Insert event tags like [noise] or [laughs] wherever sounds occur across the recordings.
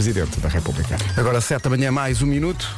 Presidente da República. Agora 7 da manhã, mais um minuto.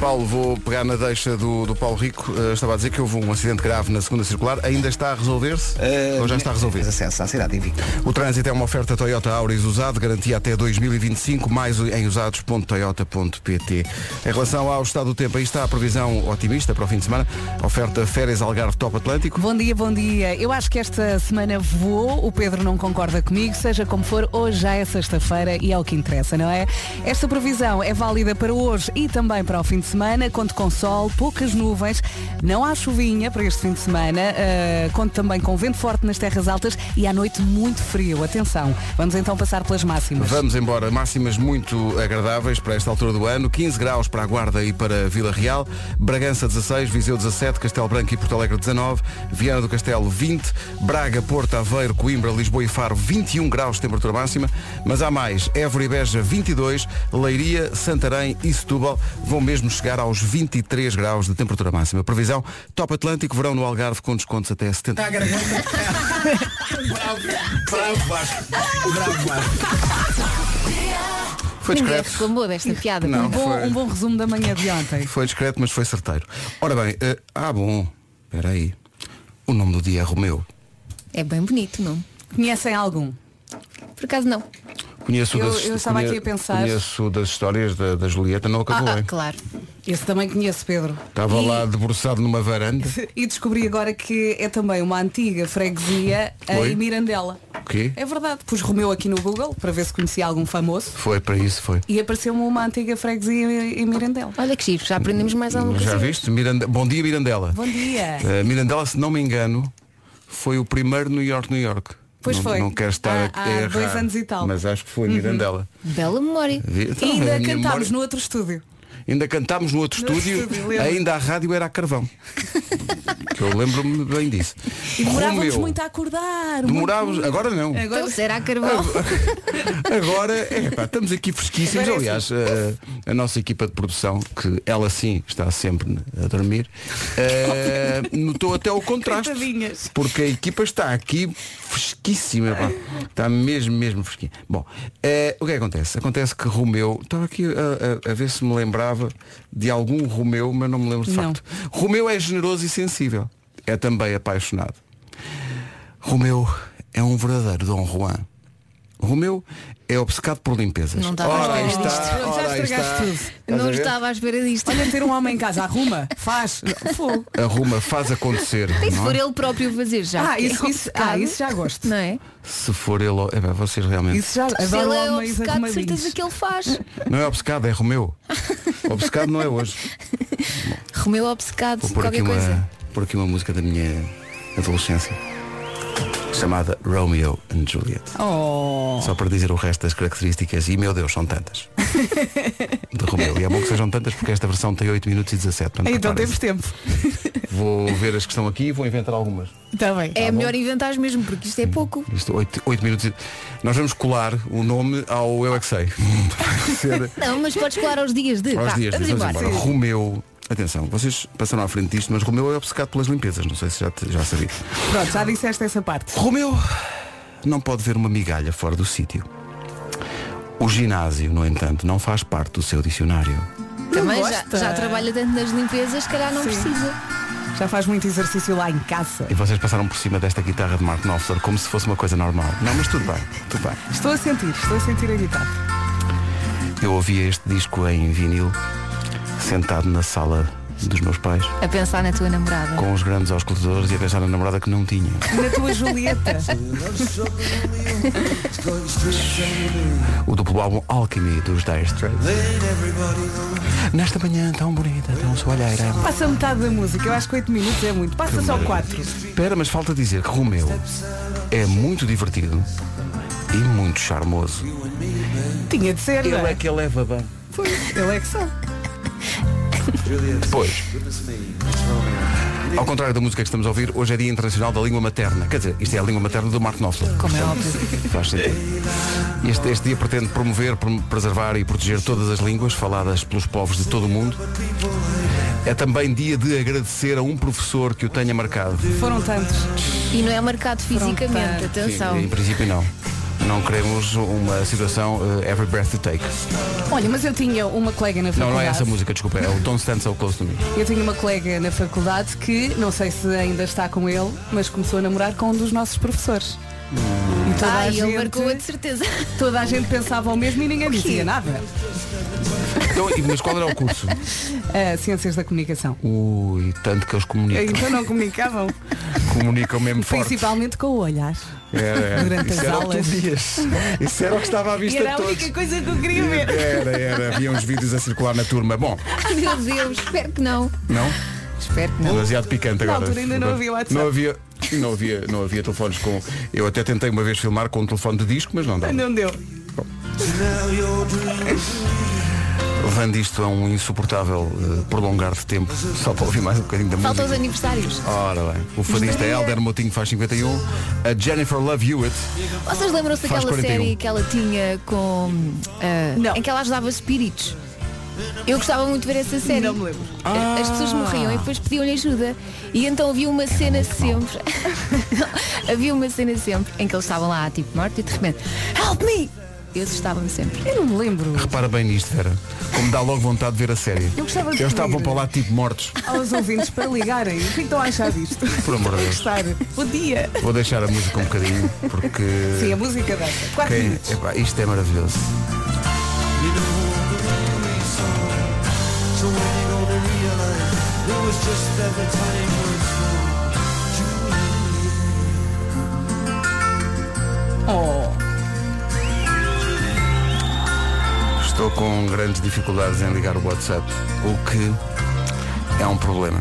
Paulo, vou pegar na deixa do, do Paulo Rico. Eh, estava a dizer que houve um acidente grave na segunda circular. Ainda está a resolver-se? Eh, Ou já está resolvido? Acesso à cidade invicta. O trânsito é uma oferta Toyota Auris usado, garantia até 2025, mais em usados.toyota.pt. Em relação ao estado do tempo, aí está a previsão otimista para o fim de semana. Oferta férias Algarve Top Atlântico. Bom dia, bom dia. Eu acho que esta semana voou, o Pedro não concorda comigo, seja como for, hoje já é sexta-feira e é o que interessa, não é? Esta previsão é válida para hoje e também para o fim de semana, conto com sol, poucas nuvens, não há chuvinha para este fim de semana, eh, conto também com vento forte nas terras altas e à noite muito frio. Atenção, vamos então passar pelas máximas. Vamos embora, máximas muito agradáveis para esta altura do ano. 15 graus para a Guarda e para Vila Real, Bragança 16, Viseu 17, Castelo Branco e Porto Alegre 19, Viana do Castelo 20, Braga, Porto, Aveiro, Coimbra, Lisboa e Faro 21 graus de temperatura máxima, mas há mais, Évora e Beja 22, Leiria, Santarém e Setúbal vão mesmo chegar aos 23 graus de temperatura máxima. Previsão, Top Atlântico, verão no Algarve com descontos até 70. Foi Ninguém discreto. reclamou desta piada. Não, um, bom, foi. um bom resumo da manhã de ontem. Foi discreto, mas foi certeiro. Ora bem, eh, ah bom, espera aí. O nome do dia é Romeu. É bem bonito, não? Conhecem algum? Por acaso não. Conheço o Eu- das, eu estava aqui a pensar. Conheço o das histórias da, da Julieta, não acabou, Ah, ah, hein? claro. Esse também conheço, Pedro. Estava E- lá debruçado numa varanda. E descobri agora que é também uma antiga freguesia Oi? em Mirandela. O quê? É verdade. Pus Romeu aqui no Google para ver se conhecia algum famoso Foi para isso, foi. e apareceu-me uma antiga freguesia em Mirandela. Olha que giro, já aprendemos mais alguma coisa. Já viste? Miranda... Bom dia, Mirandela. Bom dia. Eh, Mirandela, se não me engano, foi o primeiro New York, New York. Pois não, foi. Não quero estar Há- a, a há errar, dois anos e tal. Uhum. Mas acho que foi Mirandela. Bela memória. Vi- E Então, a ainda minha cantámos memória- no outro estúdio. Ainda cantámos no outro No estúdio, estúdio, lembro. ainda a rádio era a carvão. [laughs] que eu lembro-me bem disso. E demorávamos Romeu, muito a acordar. muito- Demorávamos, agora não. Agora- Então será carvão? Ah, Agora, é, pá, estamos aqui fresquíssimos. Agora é Aliás, eh, a, a nossa equipa de produção, que ela sim está sempre a dormir, eh, notou até o contraste. Coitadinhas. Porque a equipa está aqui fresquíssima. pá. Está mesmo, mesmo fresquinha. Bom, eh, o que é que acontece? Acontece que Romeu, estava aqui a, a- a ver se me lembrava de algum Romeu, mas não me lembro de Não. facto. Romeu é generoso e sensível. É também apaixonado. Romeu é um verdadeiro Dom Juan. Romeu é obcecado por limpezas. Não estava à Ora, aí espera está, disto. Já ora, aí estragaste está. ah, tudo. Estás a não ver? estava à espera disto. Olha, ter um homem em casa, arruma, faz. Fogo. Arruma, faz acontecer. E se não é? for ele próprio fazer já? É Ah, isso, isso, ah, Obcecado, isso já gosto. Não é? Se for ele, é bem, vocês realmente. Isso já Se adoro ele é homens obcecado, de certeza arrumadinhos. que ele faz. Não é obcecado, é Romeu. Obcecado não é hoje. Romeu obcecado, Vou pôr aqui, qualquer coisa. uma, pôr aqui uma música da minha adolescência chamada Romeo and Juliet. é. Oh, Só para dizer o resto das características E meu Deus, são tantas De Romeu, e é bom que sejam tantas porque esta versão tem 8 minutos e 17 portanto, então preparem-se. temos tempo. Vou ver as que estão aqui e vou inventar algumas Está Tá bem. É melhor inventar mesmo, porque isto é pouco. Isto, 8, minutos e... Nós vamos colar o nome ao Eu É Que [laughs] Sei Vai ser Não, mas podes colar aos dias de. aos Vá, dias Tá, vamos, disso. embora. Sim. Romeu Atenção, vocês passaram à frente disto Mas Romeu é obcecado pelas limpezas Não sei se já, te- já sabia Pronto, já disseste essa parte. Romeu não pode ver uma migalha fora do sítio O ginásio, no entanto, não faz parte do seu dicionário Também Não já, gosta. já trabalha tanto nas limpezas, se calhar não Sim. precisa. Já faz muito exercício lá em casa. E vocês passaram por cima desta guitarra de Mark Knopfler como se fosse uma coisa normal. Não, mas tudo bem, tudo bem. Estou a sentir, estou a sentir a guitarra. Eu ouvia este disco em vinil, sentado na sala dos meus pais, A pensar na tua namorada. com os grandes auscultadores e a pensar na namorada que não tinha. Na tua [laughs] Julieta. O duplo álbum Alchemy dos Dire Straits. Nesta manhã tão bonita, tão soalheira. Passa metade da música, eu acho que 8 minutos é muito. Passa só 4. Espera, mas falta dizer que Romeu é muito divertido e muito charmoso. Tinha de ser, não é? que leva bem. Pois, ele é que sabe. Depois. Ao contrário da música que estamos a ouvir, hoje é Dia Internacional da Língua Materna. Quer dizer, isto é a língua materna do Mark Knopfler. Como é óbvio. Faz sentido. Este, este dia pretende promover, prom- preservar e proteger todas as línguas faladas pelos povos de todo o mundo. É também dia de agradecer a um professor que o tenha marcado. Foram tantos. E não é marcado fisicamente, Pronto. tá. atenção. Sim, em princípio não. Não queremos uma situação eh, Every Breath You Take. Olha, mas eu tinha uma colega na Não, faculdade. não é essa música, desculpa. É o Don't Stand So Close To Me. Eu tinha uma colega na faculdade que, não sei se ainda está com ele, mas começou a namorar com um dos nossos professores. E toda a Ai, gente, Tá, ele marcou-a de [laughs] certeza. toda a gente pensava o mesmo e ninguém dizia nada. Então, e- mas qual era o curso? Ah, ciências da comunicação. Ui, tanto que eles comunicam. Então não comunicavam. É, Comunicam mesmo forte. Principalmente com o olhar. Era, durante Isso as era o que aulas. tu vias. Isso era o que estava à vista Era de a é todos. única coisa que eu queria ver. Era, era. Havia uns vídeos a circular na turma. Bom, Meu Deus, espero que não. não? Espero que não. Demasiado picante Na agora. altura ainda não havia WhatsApp. Não havia, não havia, não havia telefones com. Eu até tentei uma vez filmar com um telefone de disco, mas não dá. Não deu. Levando isto a um insuportável eh, prolongar de tempo, só para ouvir mais um bocadinho da Faltam os música. aniversários. Ora bem, o fadista Helder Motinho faz 51, a Jennifer Love Hewitt, Vocês lembram-se Faz daquela 41. série que ela tinha com. ah, Não. Em que ela ajudava espíritos? Eu gostava muito de ver essa série. Não me lembro. A- As Ah. pessoas morriam e depois pediam-lhe ajuda. E então havia uma cena sempre. [laughs] havia uma cena sempre em que eles estavam lá, tipo, morto e de repente, help me! Eu assustava-me sempre. Eu não me lembro. repara bem nisto, Vera, como dá logo vontade de ver a série. Eu gostava de Eles ver. estavam para lá tipo mortos, Aos ouvintes para ligarem. O que estão a achar disto? por amor de Deus. Gostar. Bom dia. Vou deixar a música um bocadinho, porque Sim, a música dessa. Quatro quem- minutos. epá, isto é maravilhoso. Oh. Estou com grandes dificuldades em ligar o WhatsApp, o que é um problema.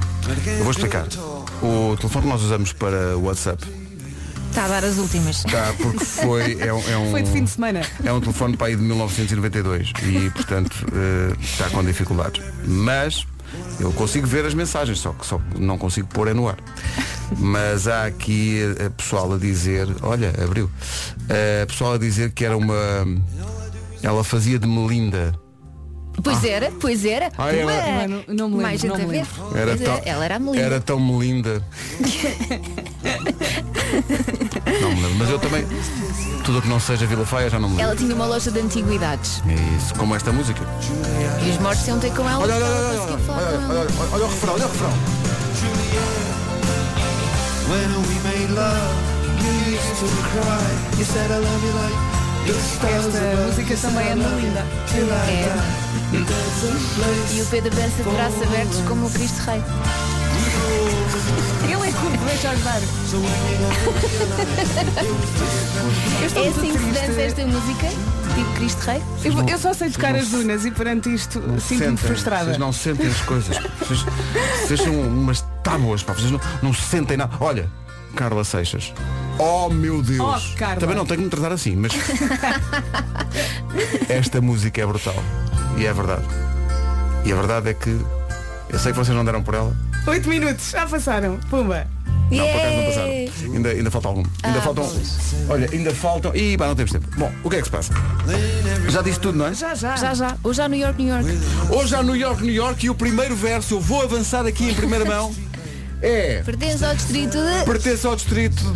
Eu vou explicar. O telefone que nós usamos para o WhatsApp Está a dar as últimas. está porque foi é um, é [laughs] um Foi de fim de semana. é um telefone para aí de 1992 e portanto eh, está com dificuldades. Mas eu consigo ver as mensagens, só que só não consigo pôr é no ar. Mas há aqui eh, a pessoal a dizer, olha, abriu, Eh, a pessoal a dizer que era uma. Ela fazia de Melinda. Pois era, pois era. Ah, ela- Ué, Não, não me lembro, Mais gente não a me ver. lembro. Era Pois tão, é, ela era a Melinda. Era tão [laughs] melinda. não me lembro, mas eu também. Tudo o que não seja Vila Faia já não me Ela lembro. tinha uma loja de antiguidades. É isso, como esta música. E os mortos iam ter com ela. Olha, olha, olha, porque ela olha, conseguia olha, falar olha, com olha, ela. olha, olha o refrão, olha o refrão. Esta música também é muito linda. É. E o Pedro dança de braços abertos como o Cristo Rei. Ele é culpa, deixa ajudar. Eu estou É muito assim que se triste. dança esta música? Tipo Cristo Rei? Eu, vou- eu só sei tocar as dunas e perante isto sinto-me Sentem, frustrada. Vocês não sentem as coisas. Vocês, vocês são umas tábuas, pá. Vocês não, não sentem nada. Olha, Carla Seixas. Oh meu Deus! Oh, Carla. Também não tenho que me tratar assim, [laughs] mas. Esta música é brutal. E é verdade. E a verdade é que. Eu sei que vocês não deram por ela. Oito minutos, já passaram. Pumba. Não, por acaso não passaram. Yay! Ainda, ainda falta algum. Ainda Ah, faltam. pois. Olha, ainda faltam. Ih, pá, não temos tempo. Bom, o que é que se passa? Já disse tudo, não é? Já, já. Já, já. Ou já New York, New York. Hoje há New York, New York e o primeiro verso, eu vou avançar aqui em primeira [laughs] mão, é Pertence ao distrito de... pertence ao distrito.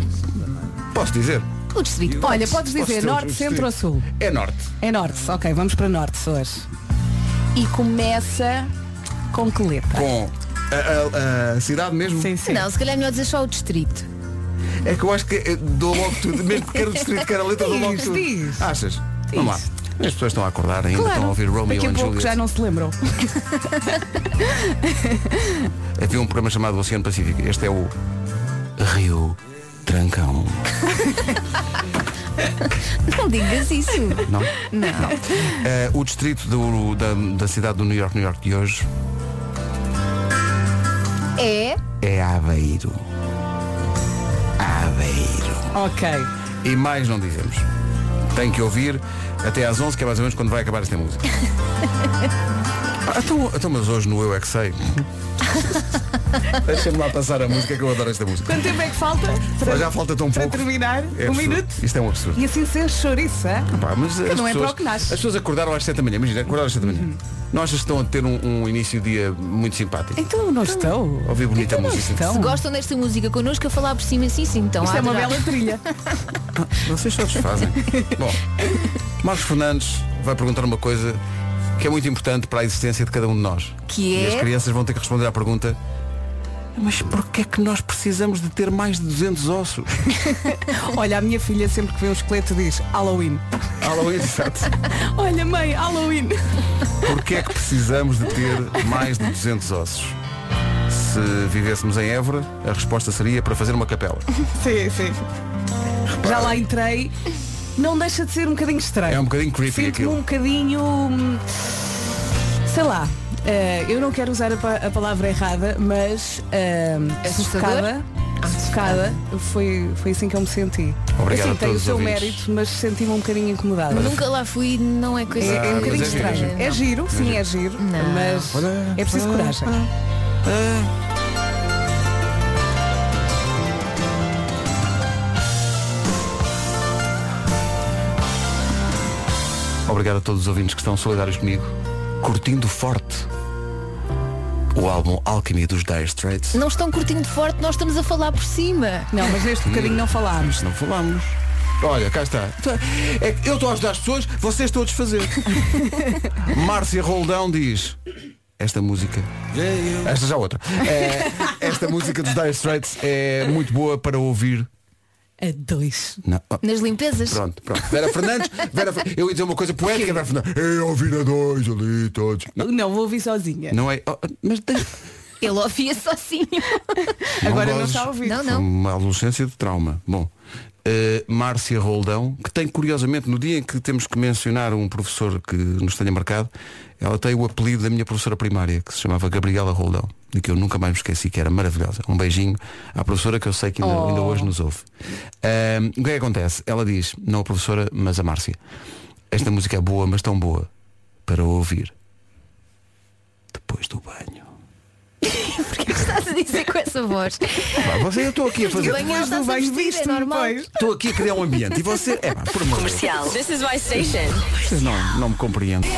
Posso dizer? O distrito. Olha, podes Posso dizer dizer o norte, distrito? centro ou sul? É norte. É norte, ok, vamos para norte hoje. E começa com que letra? Com a, a- a cidade mesmo. Sim, sim. Não, se calhar é melhor dizer só o distrito. É que eu acho que eh, dou logo tudo, mesmo que quer o distrito, quer a letra, dou logo Diz, tudo. diz. Achas? Vamos lá. As pessoas estão a acordar ainda, estão a ouvir Romeo daqui a and pouco Juliet. já não se lembram. Havia um programa chamado Oceano Pacífico. Este é o Rio Trancão. Não [laughs] digas isso. [laughs] Não? Não. Eh, o distrito do- da, da cidade do New York, New York de hoje É. é Aveiro. Aveiro. Ok. E mais não dizemos. Tem que ouvir até às 11, que é mais ou menos quando vai acabar esta [laughs] [laughs] música. Ah, então, então, mas hoje no Eu É Que Sei. Deixa-me lá passar a música que eu adoro esta música. Quanto tempo é que falta? Mas Então, já falta tão para pouco. terminar? É um absurdo. minuto? Isto é um absurdo. E assim ser chouriça? Pá, mas as não é para pessoas- o que nasce. Uhum. As pessoas acordaram às 7 da manhã, imagina, acordaram às 7 da manhã. Não achas que estão a ter um, um início de dia muito simpático? Então não estou. Ouvi bonita então não música. Estão. Se gostam desta música connosco a falar por cima, sim, sim, então Isto a é uma adorar. [laughs] bela trilha. Vocês todos [laughs] fazem. Bom, Marcos Fernandes vai perguntar uma coisa que é muito importante para a existência de cada um de nós. Que E é? as crianças vão ter que responder à pergunta mas porquê é que nós precisamos de ter mais de 200 [laughs] ossos? Olha, a minha filha sempre que vê um esqueleto diz Halloween. Halloween, exato. Olha mãe, Halloween. Porquê é que precisamos de ter mais de 200 ossos? Se vivêssemos em Évora, a resposta seria para fazer uma capela. Sim, sim. Já lá entrei. Não deixa de ser um bocadinho estranho. É um bocadinho creepy Sinto-me aquilo. um bocadinho. hum, Sei lá. eh, eu não quero usar a, pa- a palavra errada, mas uh, Assustador? sufocada. Ah, Sufocada. Foi, foi assim que eu me senti. Obrigado assim, a tem o todos os seu ouvintes. mérito, mas senti-me um bocadinho incomodada. Nunca lá fui, não é coisa. É, Ah, é um mas bocadinho é giro, é estranho. giro. É giro, sim, é giro, Não. mas é preciso coragem. Obrigado a todos os ouvintes que estão solidários comigo, curtindo forte o álbum Alchemy dos Dire Straits. Não estão curtindo forte, nós estamos a falar por cima. Não, mas Hum. neste bocadinho não falámos. Não falamos. Olha, cá está. É que eu estou a ajudar as pessoas, vocês estão a desfazer. Márcia Roldão diz. Esta música. Esta já é outra. É, esta música dos Dire Straits é muito boa para ouvir. A dois. Não, oh, Nas limpezas. Pronto, pronto. Vera Fernandes, Vera Fer- eu ia dizer uma coisa poética, Vera Fernandes. Eu ouvi a dois ali todos. Não, Não, vou ouvir sozinha. não é. oh, mas tem- Ele ouvia sozinho. [laughs] Agora gozes. não está a ouvir. Não, Foi não. Uma adolescência de trauma. Bom, eh, Márcia Roldão, que tem curiosamente, no dia em que temos que mencionar um professor que nos tenha marcado, ela tem o apelido da minha professora primária, que se chamava Gabriela Roldão, de que eu nunca mais me esqueci, que era maravilhosa. Um beijinho à professora que eu sei que ainda, Oh. ainda hoje nos ouve. Ahm, o que é que acontece? Ela diz, não a professora, mas a Márcia, esta música é boa, mas tão boa, para ouvir depois do banho. Porque é estás a dizer com essa voz? Pá, você, eu estou aqui a fazer. Bem, ela Mas não está-se a vais vestir, visto é normal. depois. Estou aqui a criar um ambiente e você. É, pá, por amor de Deus. This is my station. Vocês não, não me compreendem.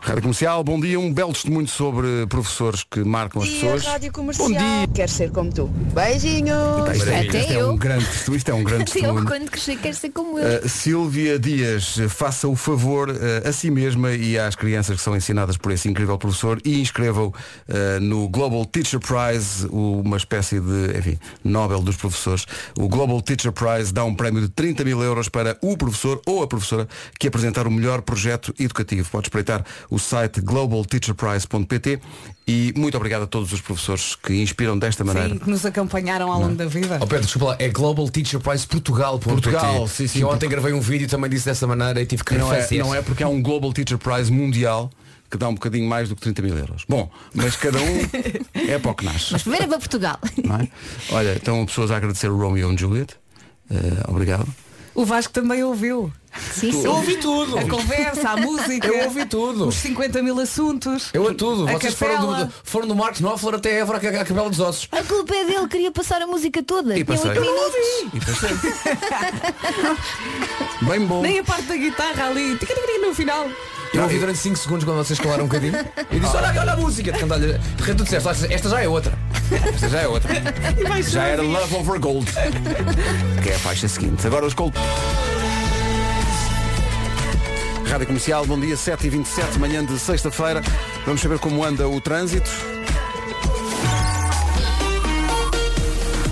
Rádio Comercial, bom dia. Um belo testemunho sobre professores que marcam as pessoas. Comercial. Quero ser como tu. Beijinho. Isto é, Até isto é eu. um grande testemunho. Isto é um [laughs] grande Sim, eu testemunho. quando crescer quero ser como ele. Uh, Silvia Dias, uh, faça o favor uh, a si mesma e às crianças que são ensinadas por esse incrível professor e inscrevam uh, no Global Teacher Prize, o- uma espécie de, enfim, Nobel dos professores. O Global Teacher Prize dá um prémio de 30 mil euros para o professor ou a professora que apresentar o melhor projeto educativo. Pode espreitar o site globalteacherprize.pt e muito obrigado a todos os professores que inspiram desta maneira. Sim, que nos acompanharam ao longo da vida. Oh Pedro, desculpa lá, é Global Teacher Prize Portugal. Portugal, sim, sim. E ontem gravei um vídeo e também disse dessa maneira e tive que não é, refazer. não é porque há um Global Teacher Prize mundial que dá um bocadinho mais do que 30 mil euros. Bom, mas cada um é para o que nasce. Mas primeiro é para [laughs] Portugal. não é? Olha, estão pessoas a agradecer o Romeo e Juliet. Eh, obrigado. O Vasco também ouviu. Sim, sim. Eu ouvi tudo. É A conversa, a [laughs] música. Eu ouvi tudo. Os 50 mil assuntos. Eu a tudo. A Vocês capela. foram do, foram do Marcos Knopfler até Évora, a Cabela dos Ossos. A culpa é dele, queria passar a música toda. E Tinha passei. oito minutos. E passei. Bem bom. Nem a parte da guitarra ali. tiquirim, No final. Eu ouvi durante 5 segundos quando vocês calaram um bocadinho. E disse, olha, olha a música. De cantar, de repente tu disseste, "Olha, esta já é outra. Esta já é outra. E vai Já era Love Over Gold. [laughs] que é a faixa seguinte. Agora os Gold. Rádio Comercial, bom dia, 7h27, manhã de sexta-feira. Vamos saber como anda o trânsito.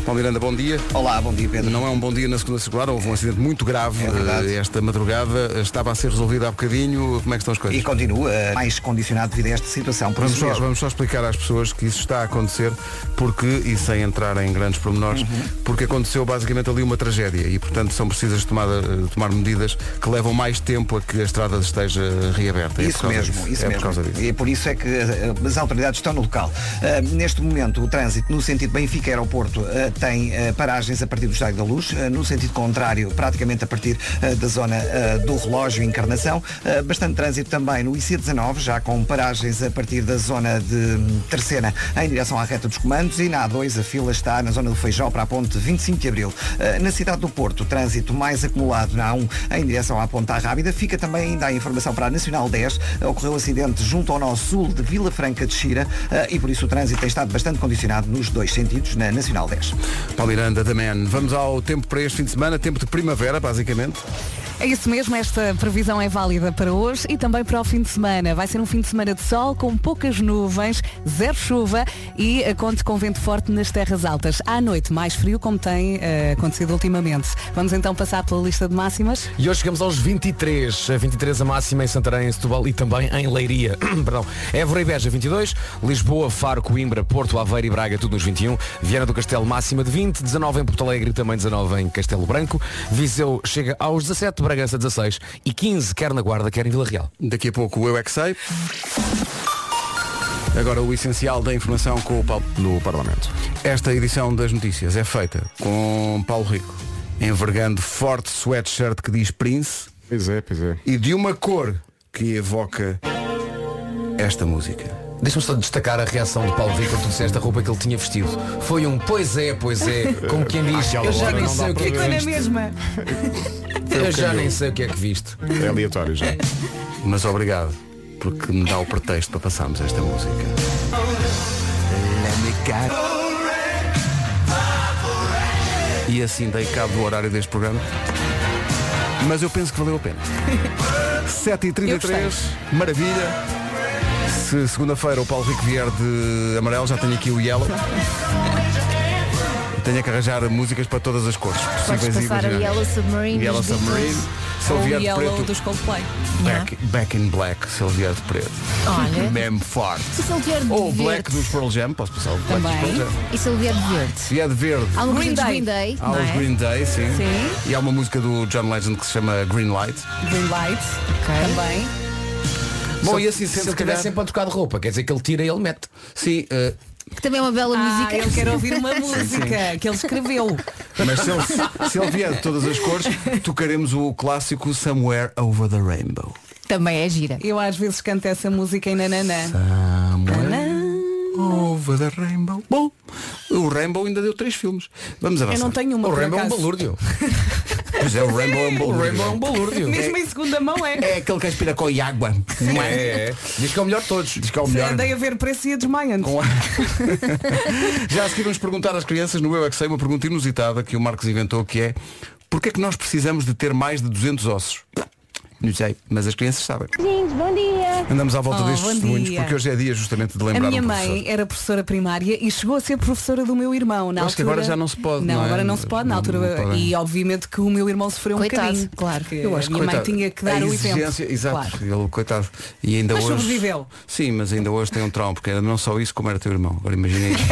Paulo Miranda, bom dia. Olá, bom dia Pedro. Não é um bom dia na segunda circular, houve um acidente muito grave É verdade. eh, esta madrugada. Estava a ser resolvido há bocadinho. Como é que estão as coisas? E continua eh, mais condicionado devido a esta situação. Por Vamos isso só, mesmo, vamos só explicar às pessoas que isso está a acontecer porque, e sem entrar em grandes pormenores, Uhum. porque aconteceu basicamente ali uma tragédia e, portanto, são precisas tomar, eh, tomar medidas que levam mais tempo a que a estrada esteja reaberta. É por Isso causa mesmo, disso. isso é mesmo. Por causa disso. E por isso é que eh, as autoridades estão no local. Eh, neste momento, o trânsito no sentido Benfica Aeroporto eh, tem eh, paragens a partir do Estádio da Luz, eh, no sentido contrário, praticamente a partir eh, da zona eh, do relógio Encarnação. Eh, bastante trânsito também no IC19, já com paragens a partir da zona de hum, Terceira em direção à reta dos comandos e na A2 a fila está na zona do Feijó para a ponte 25 de Abril. Eh, na cidade do Porto, trânsito mais acumulado na A1 em direção à Ponta Rábida. Fica também ainda a informação para a Nacional 10. Eh, ocorreu acidente junto ao nosso sul de Vila Franca de Xira eh, e por isso o trânsito tem estado bastante condicionado nos dois sentidos na Nacional 10. Paulo Miranda, da Man. Vamos ao tempo para este fim de semana, tempo de primavera, basicamente. É isso mesmo, esta previsão é válida para hoje e também para o fim de semana. Vai ser um fim de semana de sol, com poucas nuvens, zero chuva e eh, conte com vento forte nas terras altas. À noite, mais frio, como tem eh, acontecido ultimamente. Vamos então passar pela lista de máximas. E hoje chegamos aos 23, a 23 a máxima em Santarém, em Setúbal e também em Leiria. [clears throat] Perdão. Évora e Beja 22, Lisboa, Faro, Coimbra, Porto, Aveiro e Braga tudo nos 21, Viana do Castelo máxima de 20, 19 em Porto Alegre e também 19 em Castelo Branco, Viseu chega aos 17, Bragança 16 e 15 quer na Guarda, quer em Vila Real. Daqui a pouco o Eu é que sei. Agora o essencial da informação com o Paulo do Parlamento. Esta edição das notícias é feita com Paulo Rico, envergando forte sweatshirt que diz Prince Pois é, pois é. e de uma cor que evoca esta música. Deixa-me só destacar a reação de Paulo Rico quando tu disseste a roupa que ele tinha vestido. Foi um pois é, pois é, como quem diz, Àquela eu já hora nem não dá sei o que é para que ver. viste. mesma. Eu já caiu. nem sei o que é que viste. É aleatório já. Mas obrigado, porque me dá o pretexto para passarmos esta música. E assim dei cabo do horário deste programa. Mas eu penso que valeu a pena. 7h33, maravilha. Se segunda-feira o Paulo Rico vier de amarelo, já tenho aqui o yellow. Tenho que arranjar músicas para todas as cores. Podes possíveis e passar a imaginárias. Yellow Submarine. Yellow dos Beatles. Submarine. Se eu Ou vier de Yellow preto, é dos Coldplay. Back, back in Black, se ele vier de preto. é? [laughs] Olha. Mesmo forte. Se ele vier de Ou o verde. Oh, Black dos Pearl Jam, posso passar o Black Também. dos Pearl Jam. E se ele vier de verde. Se vier de verde, Há um Green Green Day. Day. Green Day há não os é? Green Day, sim. Sim. E há uma música do John Legend que se chama Green Light. Green Light. Também. Bom, Só e assim que se sendo, ele se calhar... tivesse sempre a trocar de roupa, quer dizer que ele tira e ele mete. Sim, eh, Que também é uma bela Ah, música. eu quero ouvir uma [laughs] música que ele escreveu. mas se ele, se ele vier de todas as cores, tocaremos o clássico Somewhere Over the Rainbow. [laughs] Também é gira. Eu às vezes canto essa música em Nananã. Somewhere Over the Rainbow. Bom, o Rainbow ainda deu três filmes. Vamos avançar. Eu não tenho uma O por Rainbow é um acaso. [laughs] balúrdio. Pois é, o Rainbow é um O bom Rainbow é um balúrdio. Mesmo em segunda mão é. É aquele que aspira com água. Não é? É, é. Diz que é o melhor de todos. Diz que é o melhor. Andei a ver preço e a desmaiante. Com a- Já a seguir vamos perguntar às crianças no Eu é que sei uma pergunta inusitada que o Marcos inventou que é porquê é que nós precisamos de ter mais de 200 ossos? Não sei, mas as crianças sabem. Gente, bom dia. Andamos à volta Oh, destes bom testemunhos dia. porque hoje é dia justamente de A lembrar minha um mãe professor. era professora primária e chegou a ser professora do meu irmão. Na Eu acho que altura... agora já não se pode, Não, não é? agora não se pode, na Não- não altura. podem. e obviamente que o meu irmão sofreu Coitado, um bocadinho. claro. Porque Eu acho a minha mãe coitado, tinha que dar a o exigência, exemplo. Exato, Claro. ele, coitado. E ainda Mas hoje. sobreviveu. Sim, mas ainda hoje tem um trauma, porque era não só isso como era teu irmão. Agora imagina [laughs] isto.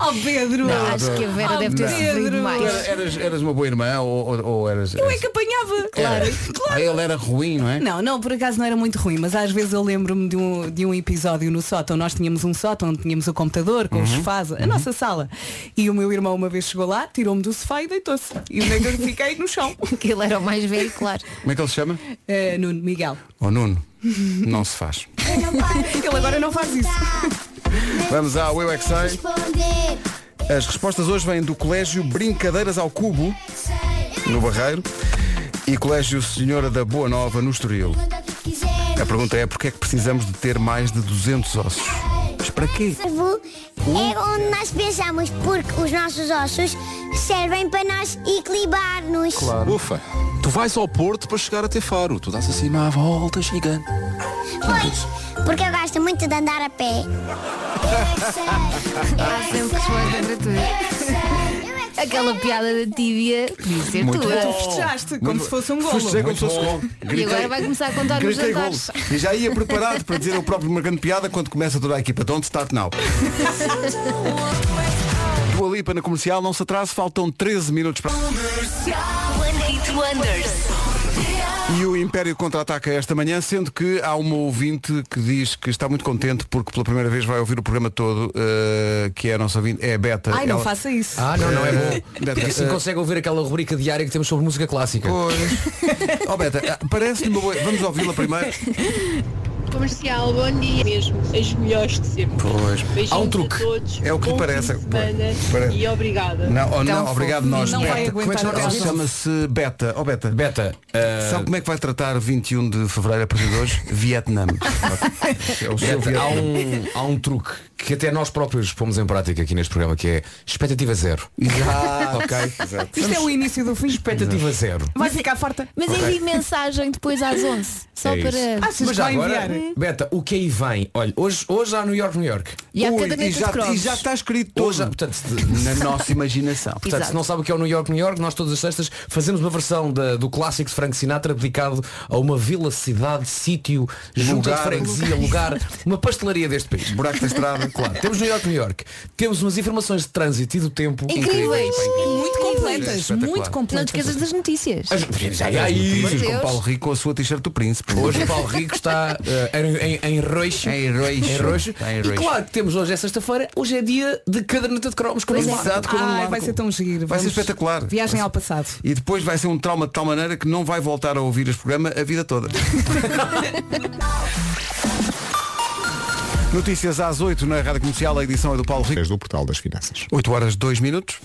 Oh Pedro! Acho que a Vera deve ter não. sofrido Pedro. mais. Então, Era- Eras, eras uma boa irmã ou, ou- ou eras. Eu é que apanhava! Era. Ah, ele era ruim, não é? Não, não, por acaso não era muito ruim, mas às vezes eu lembro-me de um, de um episódio no sótão. Nós tínhamos um sótão, onde tínhamos o computador com os Uhum. sofás, a nossa sala. E o meu irmão uma vez chegou lá, tirou-me do sofá e deitou-se. E onde é que eu fiquei no chão? Que ele era o mais velho, claro. Como é que ele se chama? Eh, Nuno, Miguel. Ou Oh, Nuno? Não se faz. Ele agora não faz isso. [laughs] Vamos ao Eu é Que Sei. Responder. As respostas hoje vêm do Colégio Brincadeiras ao Cubo, no Barreiro, e Colégio Senhora da Boa Nova, no Estoril. Manda o que quiser. A pergunta é porque é que precisamos de ter mais de 200 ossos? Mas para quê? É onde nós pensamos, porque os nossos ossos servem para nós equilibrar-nos. Ufa, tu vais ao Porto para chegar até Faro. Tu dás assim uma volta gigante. Pois, porque eu gosto muito de andar a pé. [laughs] é Há sempre resposta para tudo. é Aquela piada da tíbia podia ser Tu tua. festejaste, como se fosse um golo. Festejei como se fosse golo. E agora vai começar a contar nos Gritei jantares. golos. E já ia preparado para dizer o próprio marcando piada quando começa toda a equipa. Don't start now. Dua Lipa na comercial, não se atrase, faltam 13 minutos para. One Hit Wonders. E o Império contra-ataca esta manhã, sendo que há uma ouvinte que diz que está muito contente porque pela primeira vez vai ouvir o programa todo, eh, que é a nossa ouvinte, é a Beta. Ai, não Ela- faça isso. Ah, não, não é bom. [laughs] [laughs] Beto, Porque assim eh, consegue ouvir aquela rubrica diária que temos sobre música clássica. [laughs] Pois. oh, Beta, ah, parece-lhe uma boa. Vamos ouvi-la primeiro. Comercial, bom dia mesmo. As melhores de sempre. Pois. Há um truque. todos. É o que lhe Bom parece. fim de semana Parece. e obrigada. Não, oh, Tão não fofo. obrigado nós. Não vai Beta. aguentar Como é que ela ela. se chama-se Beta. Oh, Beta. Beta, eh, Sabe como é que vai tratar 21 de Fevereiro a partir de [laughs] hoje? Vietnã. é o seu Beta, há, Vietnã. um, há um truque que até nós próprios pomos em prática aqui neste programa, que é expectativa zero. [laughs] Exato, ok. Exato. Isto é o início do fim. Expectativa zero. Vai ficar farta. Mas envie mensagem depois às 11. Só É isso. para. Achas que já vai agora, enviar? Beta, o que aí vem? Olha, hoje, hoje há New York, New York. E há Ui, caderneta Ah, e, já, de cromos. e já está escrito Hoje, há- todo. portanto, se- na nossa imaginação. Portanto, se não sabe o que é o New York, New York, nós todas as sextas fazemos uma versão da- do clássico de Frank Sinatra aplicado a uma vila, cidade, sítio, junta de Lugar. freguesia, lugar, uma pastelaria deste país. Buraco [laughs] da estrada, claro. Temos New York, New York. Temos umas informações de trânsito e do tempo Incríveis. É Muito completas, Espetacular. muito Não completas. te esqueças das notícias. As- E há é Meu notícias é com Deus. Paulo Rico a sua t-shirt do príncipe. Hoje o Paulo Rico está eh, em, em, em roxo. Em é roxo. Em roxo. Está em E roxo. claro que temos hoje, é sexta-feira, hoje é dia de caderneta de cromos. com Pois o é. Marco. Exato, como no Ai, Marco. vai ser tão giro. Vai ser Vamos- espetacular. Viagem ao passado. E depois vai ser um trauma de tal maneira que não vai voltar a ouvir este programa a vida toda. Notícias às 8 na Rádio Comercial, a edição é do Paulo Rico. do Portal das Finanças. 8 horas 2 minutos.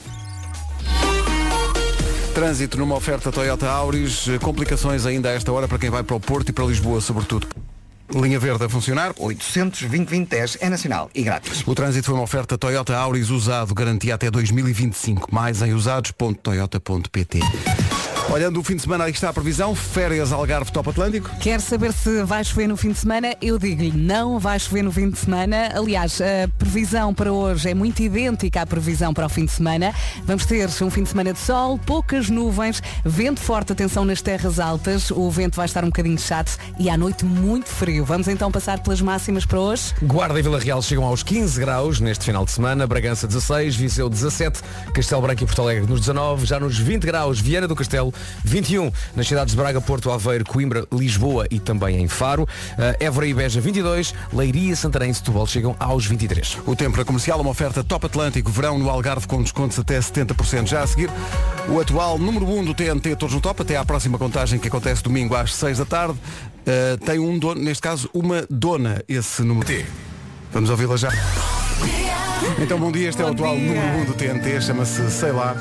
Trânsito numa oferta Toyota Auris, eh, complicações ainda a esta hora para quem vai para o Porto e para Lisboa, sobretudo. Linha verde a funcionar. 800 é nacional e grátis. O trânsito foi uma oferta Toyota Auris usado, garantia até 2025. Mais em usados.toyota.pt. Olhando o fim de semana, aí está a previsão. Férias Algarve Top Atlântico. Quer saber se vai chover no fim de semana? Eu digo-lhe, não vai chover no fim de semana. Aliás, a previsão para hoje é muito idêntica à previsão para o fim de semana. Vamos ter um fim de semana de sol, poucas nuvens, vento forte, atenção nas terras altas. O vento vai estar um bocadinho chato e à noite muito frio. Vamos então passar pelas máximas para hoje. Guarda e Vila Real chegam aos 15 graus neste final de semana, Bragança 16, Viseu 17, Castelo Branco e Porto Alegre nos 19, já nos 20 graus, Viana do Castelo 21, nas cidades de Braga, Porto Aveiro, Coimbra, Lisboa e também em Faro, Eh, Évora e Beja 22, Leiria, Santarém e Setúbal chegam aos 23. O tempo para comercial, uma oferta Top Atlântico, verão no Algarve com descontos até 70%. Já a seguir, o atual número 1 do TNT Todos no Top, até à próxima contagem que acontece domingo às 6 da tarde, eh, tem um dono, neste caso, uma dona, esse número. T. Vamos ouvi-la já. Então, bom dia, este é o atual número 1 do TNT, chama-se Sei Lá.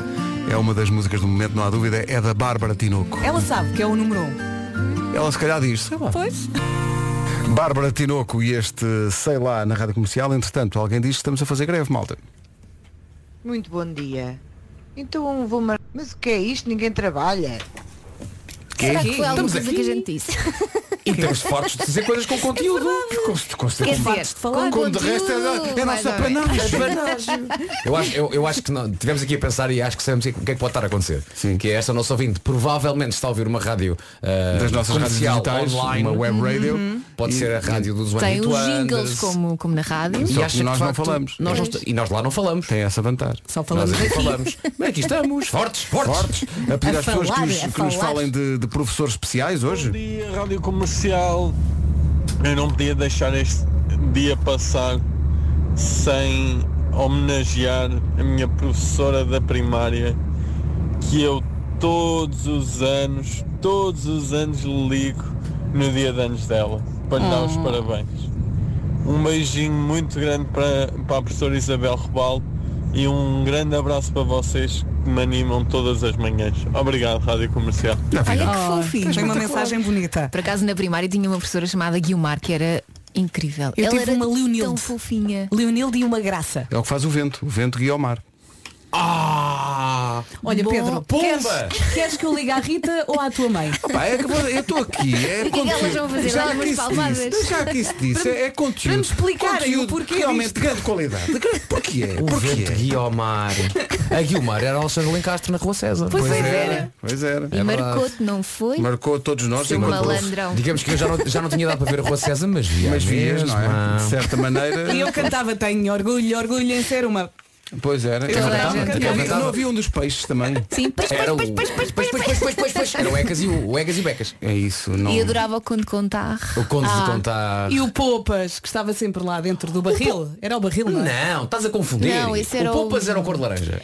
É uma das músicas do momento, não há dúvida, é da Bárbara Tinoco. Ela sabe que é o número 1. Um. Ela se calhar diz, sei lá. Pois? Bárbara Tinoco e este Sei Lá na Rádio Comercial, entretanto, alguém diz que estamos a fazer greve, malta. Muito bom dia. Então vou mar... Mas o que é isto? Ninguém trabalha. Será que foi alguma Estamos coisa que a gente disse? E temos fortes de dizer [laughs] coisas com conteúdo. Com- com- Quer fartos dizer, de falar. com de resto é, da- é conteúdo, mais nossa ou menos. panagem. Eu acho, eu, eu acho que não, tivemos aqui a pensar e acho que sabemos o que é que pode estar a acontecer. Sim. Que é esta nossa ouvinte. Provavelmente está a ouvir uma rádio ah, das nossas rádios comercial, digitais, online, uma web radio. Uhum. Pode ser a rádio dos Tem os One Hit jingles Wonders. como, como na rádio. E Só acha que de nós não facto, falamos. nós não Pois. esta- e nós lá não falamos. Tem essa vantagem. Só falamos nós aqui aqui. falamos. Mas aqui estamos. [laughs] Fortes, fortes. Fortes. A pedir A às pessoas que falar, nos, a que nos falar. falem de, de professores especiais hoje. dia, Rádio Comercial. Eu não podia deixar este dia passar sem homenagear a minha professora da primária, que eu todos os anos, todos os anos lhe ligo no dia de anos dela, para lhe dar os parabéns. Um beijinho muito grande para, para a professora Isabel Rebal e um grande abraço para vocês que me animam todas as manhãs. Obrigado, Rádio Comercial. é Olha que Oh, fofinho. Tem uma mensagem bonita. Por acaso na primária tinha uma professora chamada Guiomar que era incrível. Eu Ela tive era uma Leonilde. tão fofinha. Leonilde e uma graça. É o que faz o vento. O vento guia ao mar. Ah! Olha, Bom, Pedro, pumba! Queres, queres que eu ligue à Rita ou à tua [laughs] mãe? Pá, é que vou- eu estou aqui. É [laughs] O que é que elas vão fazer? Já Olha, que umas isso palmadas. disse, Já que isso disse. É, é conteúdo. para me explicarem o Conteúdo porquê Realmente disto. de grande qualidade. De grande- Porquê? O Porquê? vento guia ao mar. A Guiomar era Alexandre Lencastre na Rua César. Pois é, Era, Pois era. E marcou-te, não foi? Marcou todos nós Seu enquanto malandrão. Digamos que eu já não, já não tinha dado para ver a Rua César, mas é? via. Mas vias, mesmo. ah. [laughs] não é? De certa maneira. E eu cantava, tenho orgulho, orgulho em ser uma. Pois era. Eu Não cantava, havia- eu cantava. Não havia um dos peixes [laughs] também. Sim, pois, pois, Era o... pois, pois, pois, pois, pois, pois, pois, pois. Era o Ecas e, o... o Ecas e Becas. É isso, não. E adorava o Conde Contar. O Conde Ah. de Contar. E o Popas, que estava sempre lá dentro do barril. Era o barril, não é? Não, estás a confundir. Não, esse era o o- Poupas era o cor de laranja.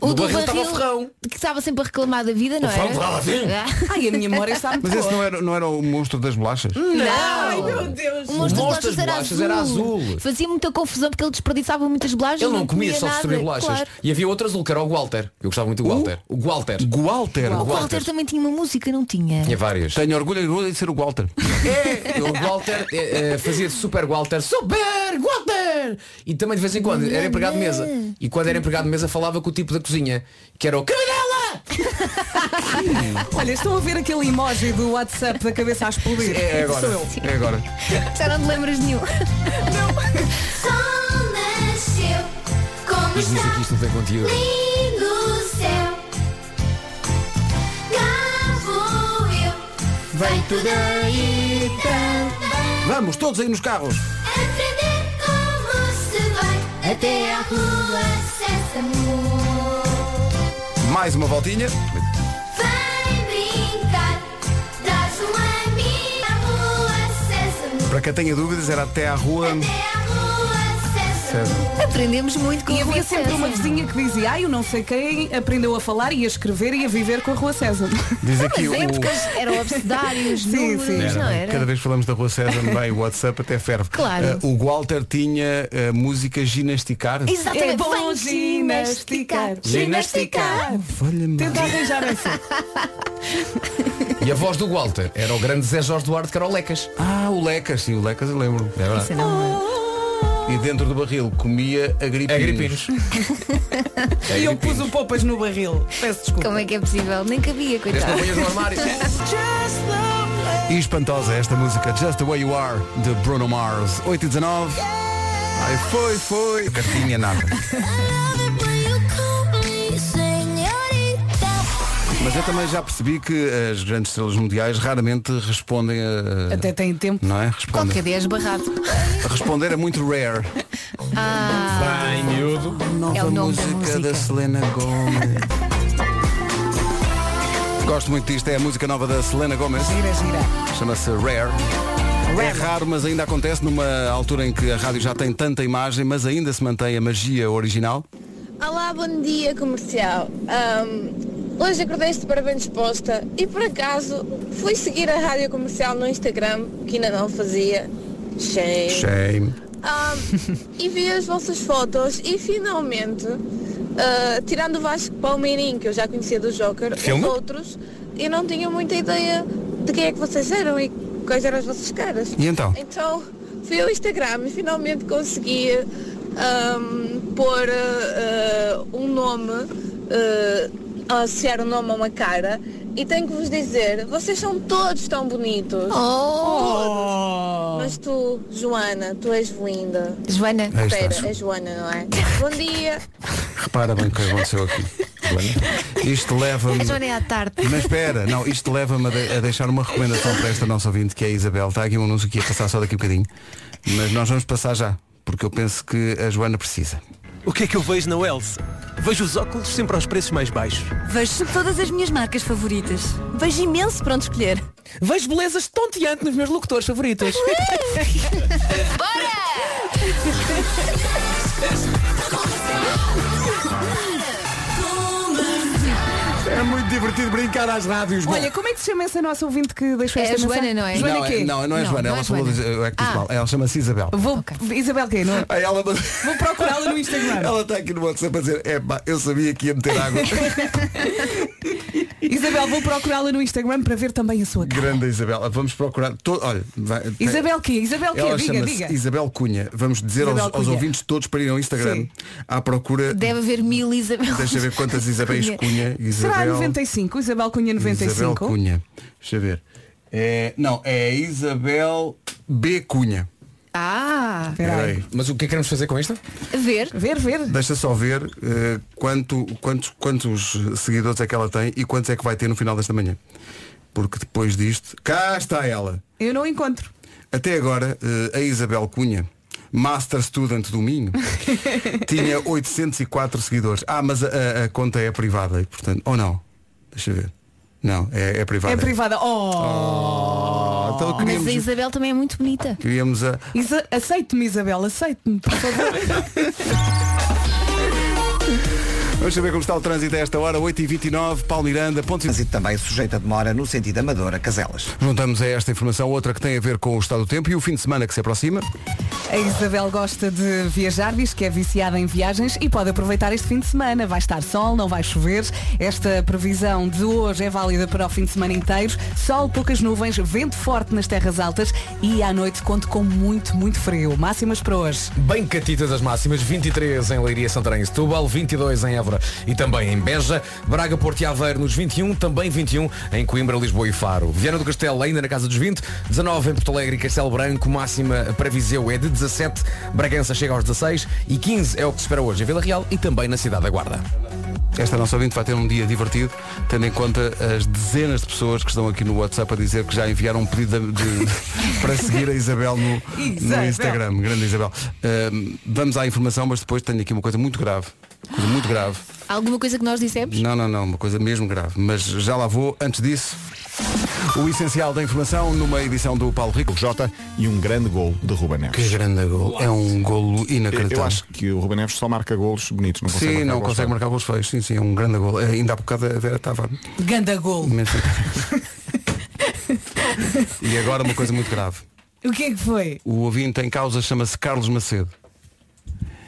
O No do barril barril, estava o ferrão. que estava sempre a reclamar da vida, não O ferrão era? estava assim. [laughs] Ah, Ai, a minha memória [laughs] está muito Mas esse boa. não era, não era o monstro das bolachas? Não! Deus. O monstro monstro das bolachas era azul. era azul. Fazia muita confusão porque ele desperdiçava muitas bolachas. Ele não comia, só nada, distribuía bolachas. Claro. E havia outro azul, que era o Walter. Eu gostava muito do Walter. O Walter. Gualter. O Walter. Walter. também tinha uma música, não tinha? Tinha várias. Tenho orgulho orgulho de ser o Walter. É, o Walter eh, eh, fazia de Super Walter, Super Walter! E também de vez em quando era empregado de mesa. E quando era empregado de mesa falava com o tipo da cozinha, que era o Cabidela! Olha, estão a ver aquele emoji do WhatsApp da cabeça a explodir. É agora. Sou eu. É agora. Já não te lembras de nenhum. Sol nasceu, como Mas dizem está que isto não tem conteúdo. lindo o céu. Cá vou eu, vem tudo aí também. Vamos, todos aí nos carros. Aprender como se vai até à rua Sésamo. Mais uma voltinha. Vem brincar, dás um amigo à rua Sésamo. Para quem tenha dúvidas, era até à rua. Até à rua Sésamo. [laughs] Aprendemos muito com E a Rua havia sempre César. uma vizinha que dizia, ai, eu não sei quem aprendeu a falar e a escrever e a viver com a Rua César. Diz aqui [laughs] Mas é porque o. eles eram obsedários, Sim, números, sim. não era? Cada vez que falamos da Rua César, bem, o WhatsApp até ferve. Claro. Eh, o Walter tinha eh, música ginasticar. Exatamente. É bom Vem ginasticar. Ginasticar. Olha-me. Tenta arranjar essa. [laughs] E a voz do Walter era o grande Zé Jorge Duarte, que era o Lecas. Ah, o Lecas, sim, o Lecas eu lembro. É verdade. Isso não é. E dentro do barril comia agripinos. Agripinos. É E eu pus o Popas no barril. Peço desculpa. Como é que é possível? Nem Desde cabia, que não coitado. ponhas no [laughs] armário. E espantosa é esta música, Just the Way You Are, de Bruno Mars. 8 e 19. Ai, foi, foi. Cartinha nada. Mas eu também já percebi que as grandes estrelas mundiais raramente respondem a. Até tem tempo. Não é? Respondem. Qualquer dia és [laughs] barrado. Responder é muito [laughs] rare. Bem, miúdo. Nova Ah. É o nome da música, da, música. Selena Gomez. Gosto muito disto, é a música nova da Selena Gomez. Gira, gira. Chama-se Rare. É raro, mas ainda acontece numa altura em que a rádio já tem tanta imagem, mas ainda se mantém a magia original. Olá, bom dia comercial. Ahm, hoje acordei-te para bem disposta e por acaso fui seguir a rádio comercial no Instagram, que ainda não fazia. Shame. Shame. Ahm, e vi as vossas fotos e finalmente, ah, tirando o Vasco Palmeirinho, que eu já conhecia do Joker, Filme? os outros, eu não tinha muita ideia de quem é que vocês eram e quais eram as vossas caras. E então? Então fui ao Instagram e finalmente consegui ahm, pôr ah, ah, um nome, ah, associar um nome a uma cara e tenho que vos dizer, vocês são todos tão bonitos. Oh. Todos. Mas tu, Joana, tu és linda. Joana, Aí estás. Espera, é Joana, não é? Bom dia. Repara bem o que aconteceu aqui. Isto leva-me. a Joana é à tarde. Mas espera, não, isto leva-me a, de- a deixar uma recomendação para esta nossa ouvinte, que é a Isabel. Está aqui um anúncio que ia passar só daqui a bocadinho. Mas nós vamos passar já, porque eu penso que a Joana precisa. O que é que eu vejo na Wells? Vejo os óculos sempre aos preços mais baixos. Vejo todas as minhas marcas favoritas. Vejo imenso para onde escolher. Vejo belezas tonteante nos meus locutores favoritos. É muito divertido brincar às rádios. Bom, Olha, como é que se chama essa nossa ouvinte que deixou É esta a Joana, mensagem? não é? Joana não, quê? é, não, não é Não, Joana, não ela é falou Joana. de- eu é que disse Ah. mal. Ela chama-se Isabel. Vou... Isabel quê? Não é? Aí ela mandou- Vou procurá-la [laughs] no Instagram. Ela está aqui no WhatsApp a dizer, é pá, eu sabia que ia meter [laughs] água. Isabel, vou procurá-la no Instagram para ver também a sua cara. Grande Isabel. Vamos procurar. to- Olha, vai- tem- Isabel quê? Isabel quê? É. Ela Diga, chama-se diga. Isabel Cunha. Vamos dizer Isabel aos, aos Cunha. ouvintes todos para ir ao Instagram Sim. à procura. Deve haver mil Isabel. Deixa ver quantas Isabéis Cunha. Isabel, Será a 95? Isabel Cunha 95? Isabel Cunha. Deixa eu ver. É, não, é Isabel B. Cunha. Ah, Espera aí. Peraí. Mas o que é que queremos fazer com isto? a ver. Ver, ver. Deixa só ver eh, quanto, quantos, quantos seguidores é que ela tem e quantos é que vai ter no final desta manhã. Porque depois disto, cá está ela. Eu não encontro. É Até agora, eh, a Isabel Cunha Master Student do [laughs] Minho, tinha 804 seguidores. Ah, mas a, a- a conta é privada, e, portanto. Ou não? Deixa eu ver. Não, é, é privada. É privada. Oh, então Mas a queríamos, Isabel também é muito bonita. queríamos a. Isa- Aceite-me, Isabel, aceite-me, por favor. Vamos saber como está o trânsito a esta hora, 8h29, Paulo Miranda, ponto Trânsito também sujeito a demora no sentido Amadora, Caselas. Juntamos a esta informação outra que tem a ver com o estado do tempo e o fim de semana que se aproxima. A Isabel gosta de viajar, diz que é viciada em viagens e pode aproveitar este fim de semana. Vai estar sol, não vai chover. Esta previsão de hoje é válida para o fim de semana inteiro. Sol, poucas nuvens, vento forte nas terras altas e à noite conto com muito, muito frio. Máximas para hoje. Bem catitas as máximas, 23 em Leiria, Santarém e Setúbal, 22 em Évora e também em Beja, Braga, Porto e Aveiro nos 21, também 21 em Coimbra, Lisboa e Faro. Viana do Castelo ainda na casa dos 20, 19 em Porto Alegre e Castelo Branco, máxima para Viseu é de 17, Bragança chega aos 16 e 15 é o que se espera hoje em Vila Real e também na Cidade da Guarda. Esta nossa ouvinte vai ter um dia divertido, tendo em conta as dezenas de pessoas que estão aqui no WhatsApp a dizer que já enviaram um pedido de- de- para seguir a Isabel no, Isabel. no Instagram. Grande Isabel. Ahm, vamos à informação, mas depois tenho aqui uma coisa muito grave. Coisa muito grave. Alguma coisa que nós dissemos? Não, não, não, uma coisa mesmo grave. Mas já lá vou, antes disso. O essencial da informação numa edição do Paulo Rico. Jota e um grande gol de Ruben Neves. Que grande gol. É um golo inacreditável. Eu acho que o Ruben Neves só marca golos bonitos. Não consegue Sim, marcar não golos consegue marcar gols feios. Sim, sim, é um grande gol. Ainda há bocado a Vera estava. Ganda gol. [laughs] Mas- e agora uma coisa muito grave. O que é que foi? O ouvinte em causa chama-se Carlos Macedo.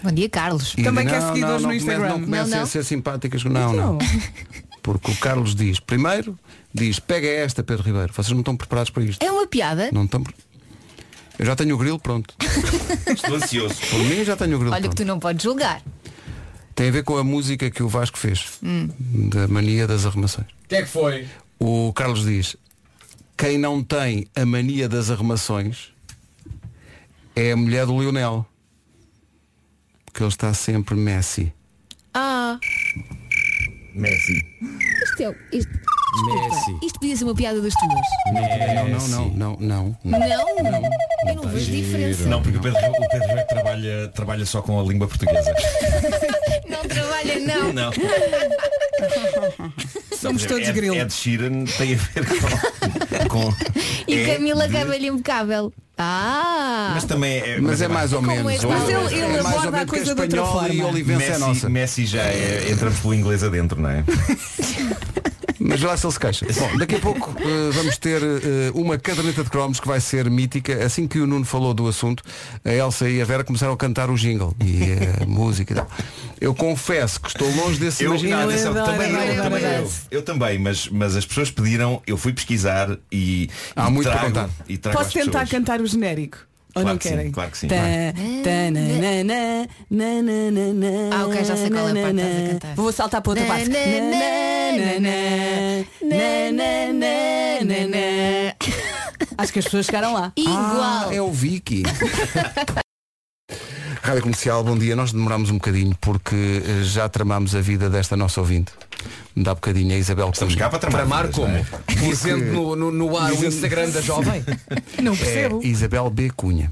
Bom dia, Carlos. E não, não, não comece- Não Então. comecem a ser simpáticas. Não, não. Porque o Carlos diz, primeiro, diz, pega esta, Pedro Ribeiro. Vocês não estão preparados para isto. É uma piada? Não estão. pre- Eu já tenho o grilo pronto. [laughs] Estou ansioso. Por mim já tenho o grilo Olha que pronto. tu não podes julgar. Tem a ver com a música que o Vasco fez. Hum. Da mania das arrumações. O que é que foi? O Carlos diz, quem não tem a mania das arrumações é a mulher do Lionel. Porque ele está sempre Messi. Ah, Messi. isto é. Isto, desculpa, Messi. isto podia ser uma piada das tuas. Não, não, não, não, Não? não. Eu não vejo diferença. Não, porque o Pedro, o Pedro é que trabalha, trabalha só com a língua portuguesa. Não trabalha, não. Não. Somos todos Ed, grilos. Ed Sheeran é tem a ver com. com E é Camila de- Cabelho impecável. Ah! Mas também é. Mas é mais ou Como menos, é? Mas ele- ele mais ou aborda a menos, porque coisa de outra espanhol forma. e Olivença é Messi- nossa. Messi já é, entramos pelo inglês adentro, [laughs] não é? Mas vê lá se ele se [laughs] queixa. Bom, daqui a pouco eh, vamos ter eh, uma caderneta de cromos que vai ser mítica. Assim que o Nuno falou do assunto, a Elsa e a Vera começaram a cantar o jingle e [laughs] a música. e tal. Eu confesso que estou longe desse Eu, imaginário. atenção, é também eu, também eu. Eu também, mas, mas as pessoas pediram, eu fui pesquisar e. Há muito para trago, contar. E trago Posso às tentar pessoas. cantar o genérico? Ou Claro não que sim, querem? claro que sim. Tá, Né, Vai. tá, na, na, na, na, na, na, na, Ah, ok, já sei qual é a parte que na, estás a na. cantar. Vou saltar para outra Na, parte. na, Na, na, na, na, na, na, na. Acho que as pessoas chegaram lá. Ah, é o Vicky. [laughs] Rádio Comercial, bom dia. Nós demorámos um bocadinho porque eh, já tramámos a vida desta nossa ouvinte. Dá bocadinho a Isabel Estamos cá para tramar vidas, não é? Dizendo no, no, no ar o Dizendo- Instagram da jovem? Não É Isabel B. Cunha.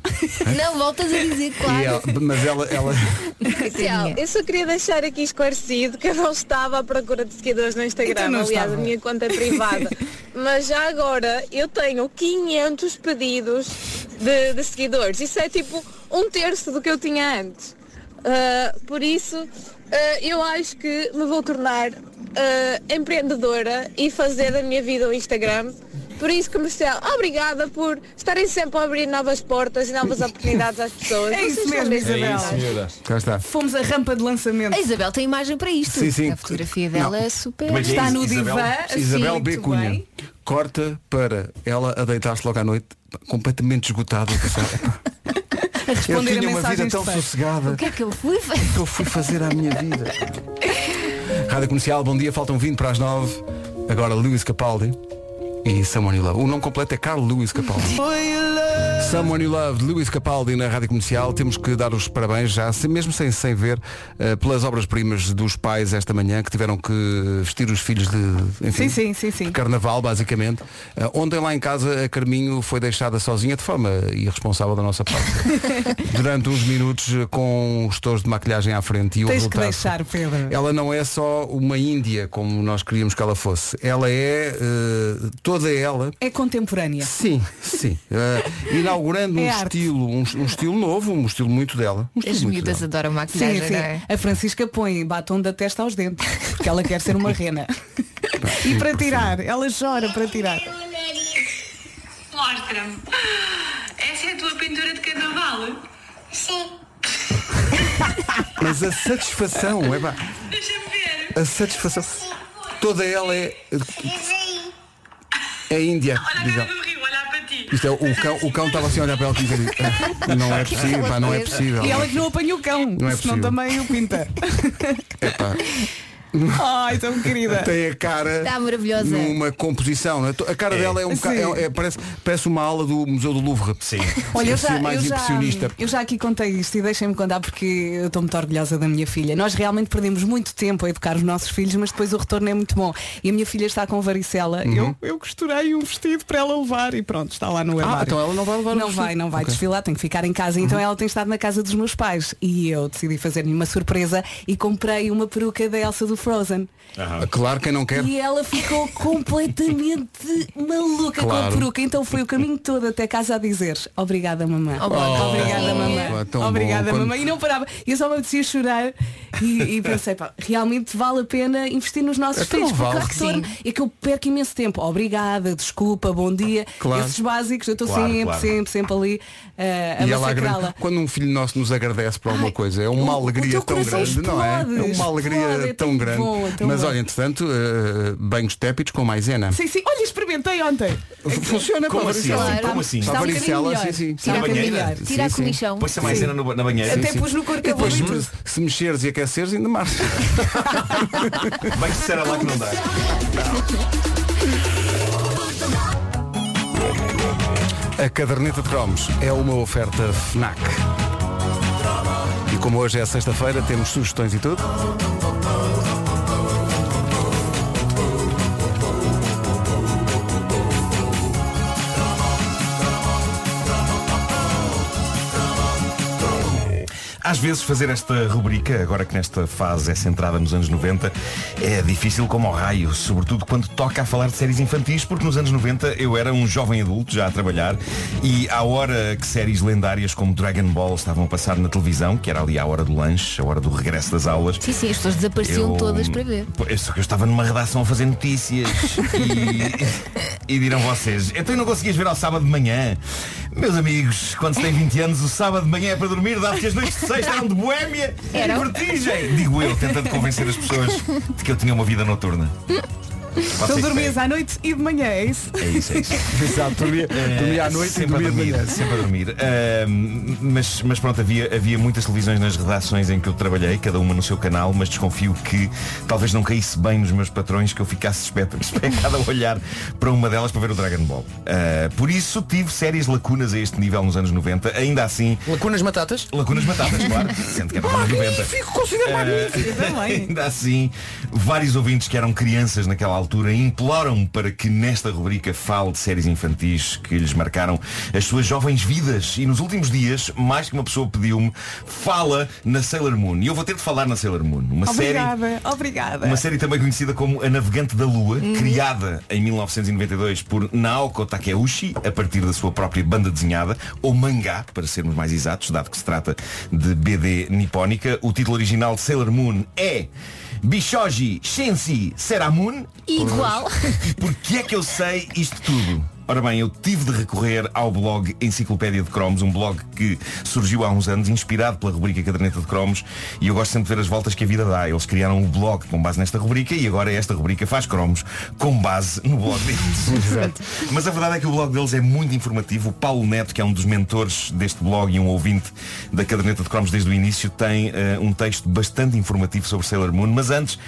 Não, voltas a dizer, E [laughs] claro. ela- mas ela, ela- [laughs] Comercial, eu só queria deixar aqui esclarecido que eu não estava à procura de seguidores no Instagram, Então não aliás, estava. a minha conta é privada. [laughs] Mas já agora eu tenho 500 pedidos de, de seguidores. Isso é tipo um terço do que eu tinha antes. Ah, por isso, ah, eu acho que me vou tornar ah, empreendedora e fazer da minha vida o Instagram. Por isso, comercial, obrigada por estarem sempre a abrir novas portas e novas oportunidades às pessoas. [laughs] É isso Vocês são mesmo, mesmo Isabel. demais. Cá está. Fomos a rampa de lançamento. A Isabel tem imagem para isto. Sim, sim. A fotografia dela é super. Como é que é Está isso? no divã. assim, Isabel muito B. Cunha. bem. Corta para ela a deitar-se logo à noite, pá, completamente esgotada. pensar, "Epá, A Eu responder tinha a uma mensagens vida de tão fã. sossegada. O que é que [laughs] eu fui? que eu fui fazer à minha vida? Rádio Comercial, bom dia, faltam 20 para as 9. Agora Luís Capaldi. E Someone You Love. O nome completo é Carl Lewis Capaldi. Someone You Love, de Lewis Capaldi na Rádio Comercial. Temos que dar os parabéns já, se- mesmo sem, sem ver, eh, pelas obras-primas dos pais esta manhã, que tiveram que vestir os filhos de, enfim, Sim, sim, sim, sim. de carnaval, basicamente. Eh, ontem lá em casa, a Carminho foi deixada sozinha, de forma irresponsável da nossa [laughs] parte, durante uns minutos, eh, com os tores de maquilhagem à frente. E o Tens que resultado deixar, Pedro. ela não é só uma Índia como nós queríamos que ela fosse. Ela é eh, toda ela. É contemporânea. Sim, sim. eh, inaugurando É um arte. estilo, um, um estilo novo, um estilo muito dela. Um estilo As muito miúdas dela. adoram maquilhagem, Sim, sim. não é? A Francisca põe batom da testa aos dentes, porque ela quer ser uma rena. e para tirar, ela chora para tirar. Mostra-me. Essa é a tua pintura de carnaval? Sim. Mas a satisfação, é pá, Deixa-me ver. a satisfação. Toda ela é. É Índia. diz ela. Isto é, o cão o cão estava assim a olhar para ela e dizia, "Ah, não é possível, pá, não é possível. E ela que não apanha o cão, Não é possível. senão também o pinta. [laughs] Epá. Ai, tão querida. Tem a cara Está maravilhosa. numa composição. não é? A cara É. dela é um bocado, Sim. é- é- parece, parece uma aula do Museu do Louvre. Sim. Olha, eu já, mais eu, já, impressionista. Ah, eu já aqui contei isto e deixem-me contar porque eu estou muito orgulhosa da minha filha. Nós realmente perdemos muito tempo a educar os nossos filhos, mas depois o retorno é muito bom. E a minha filha está com varicela. Uhum. Eu, eu costurei um vestido para ela levar e pronto, está lá no Ah, armário. então ela não vai levar o Não vestido. vai, não vai Ok. Uhum. desfilar, tem que ficar em casa. Então ela tem estado na casa dos meus pais. E eu decidi fazer-lhe uma surpresa e comprei uma peruca da Elsa do Frozen. Claro, quem não quer. E ela ficou completamente maluca com a Claro. peruca. Então foi o caminho todo até casa a dizer obrigada mamãe. Oh, obrigada mamãe. pá, tão bom. obrigada Quando- mamãe. E não parava. E eu só me apetecia chorar e, e pensei, pá, realmente vale a pena investir nos nossos Então filhos. vale. Porque o retorno é que eu perco imenso tempo. Obrigada, desculpa, bom dia. Claro. Esses básicos, eu estou Claro, sempre, claro. sempre, sempre ali eh, a E ela agrade- massacrá-la. Quando um filho nosso nos agradece por alguma coisa, é uma alegria teu tão coração grande, não é? explode, É uma alegria explode, é tão tão grande. bom, é tão Mas bom. olha, entretanto, eh, banhos tépidos com maisena. Sim, sim. Olha, experimentei ontem. Funciona Como para assim? varicela. Claro. Como assim? Para Está um varicela, sim, bocadinho sim. melhor. Tira a banheira. Tira a Sim, é. sim. comichão. Põe-se a maisena Sim. no ba- na banheira. Sim, Até sim. pus no E depois, corcabulito. se- Se mexeres e aqueceres, ainda mais. Vai que será lá que não dá. [laughs] A caderneta de cromos é uma oferta FNAC. E como hoje é sexta-feira, temos sugestões e tudo. Às vezes fazer esta rubrica, agora que nesta fase é centrada nos anos 90, é difícil como ao raio, sobretudo quando toca a falar de séries infantis, porque nos anos 90 eu era um jovem adulto já a trabalhar e à hora que séries lendárias como Dragon Ball estavam a passar na televisão, que era ali à hora do lanche, a hora do regresso das aulas, Sim, sim, as pessoas desapareciam Eu- todas para ver. Pô, Eu, só que eu estava numa redação a fazer notícias [laughs] e, e dirão vocês, então eu não conseguias ver ao sábado de manhã. Meus amigos, quando se tem 20 anos, o sábado de manhã é para dormir, dado que as noites de sexta eram de boémia Eram. e vertigem. Digo eu, tentando convencer as pessoas de que eu tinha uma vida noturna. Então Vocês dormias à noite e de manhã, é isso? É isso, é isso. Exato, [laughs] dormia, dormia à noite e sempre dormia a de dormir, manhã. Sempre a dormir. Ahm, mas, mas pronto, havia, havia muitas televisões nas redações em que eu trabalhei, cada uma no seu canal, mas desconfio que talvez não caísse bem nos meus patrões que eu ficasse [laughs] espet- espetado a olhar para uma delas para ver o Dragon Ball. Ah, por isso tive sérias lacunas a este nível nos anos 90, ainda assim. Lacunas batatas? Lacunas batatas, claro. Sendo que era dos anos 90. Magnífico, considero Eh, Ah, magnífico também. Ainda assim, vários ouvintes que eram crianças naquela altura imploram-me para que nesta rubrica fale de séries infantis que lhes marcaram as suas jovens vidas. E nos últimos dias, mais que uma pessoa pediu-me, fala na Sailor Moon. E eu vou ter de falar na Sailor Moon. Uma série obrigada, obrigada. uma série também conhecida como A Navegante da Lua, criada em 1992 por Naoko Takeuchi, a partir da sua própria banda desenhada, ou mangá, para sermos mais exatos, dado que se trata de BD nipónica. O título original de Sailor Moon é Bishoji Shensi Seramun. Igual. [laughs] E porquê é que eu sei isto tudo? Ora bem, eu tive de recorrer ao blog Enciclopédia de Cromos, um blog que surgiu há uns anos, inspirado pela rubrica Caderneta de Cromos, e eu gosto sempre de ver as voltas que a vida dá. Eles criaram o blog com base nesta rubrica e agora esta rubrica faz cromos com base no blog deles. Mas a verdade é que o blog deles é muito informativo. O Paulo Neto, que é um dos mentores deste blog e um ouvinte da Caderneta de Cromos desde o início, tem eh, um texto bastante informativo sobre Sailor Moon, mas antes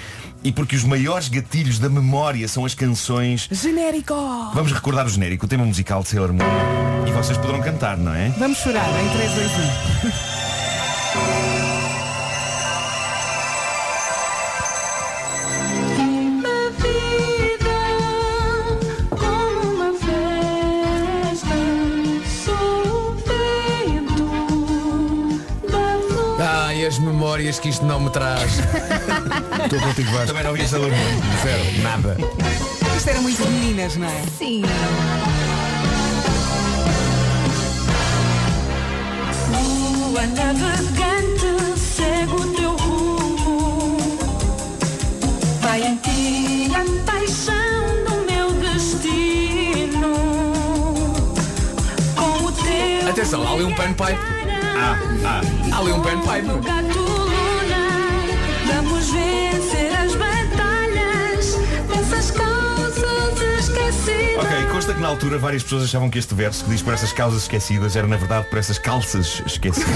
e porque os maiores gatilhos da memória são as canções. Genérico! Vamos recordar o genérico, o tema musical de Sailor Moon. E vocês poderão cantar, não é? Vamos chorar em 3, 2, Ai, as memórias que isto não me traz. Estou contigo, Vasco. Também não vi Sailor Moon. Zero, nada. 1. Isto era muito de meninas, não é? Sim. Lua navegante, segue o teu rumo. Vai em ti a paixão do meu destino. Com o teu. Atenção, há ali um panpipe. Ah, ah. Há ali um panpipe. Gato lunar, vamos vencer as batalhas dessas causas esquecidas. Ok, consta que na altura várias pessoas achavam que este verso que diz por essas causas esquecidas era na verdade por essas calças esquecidas.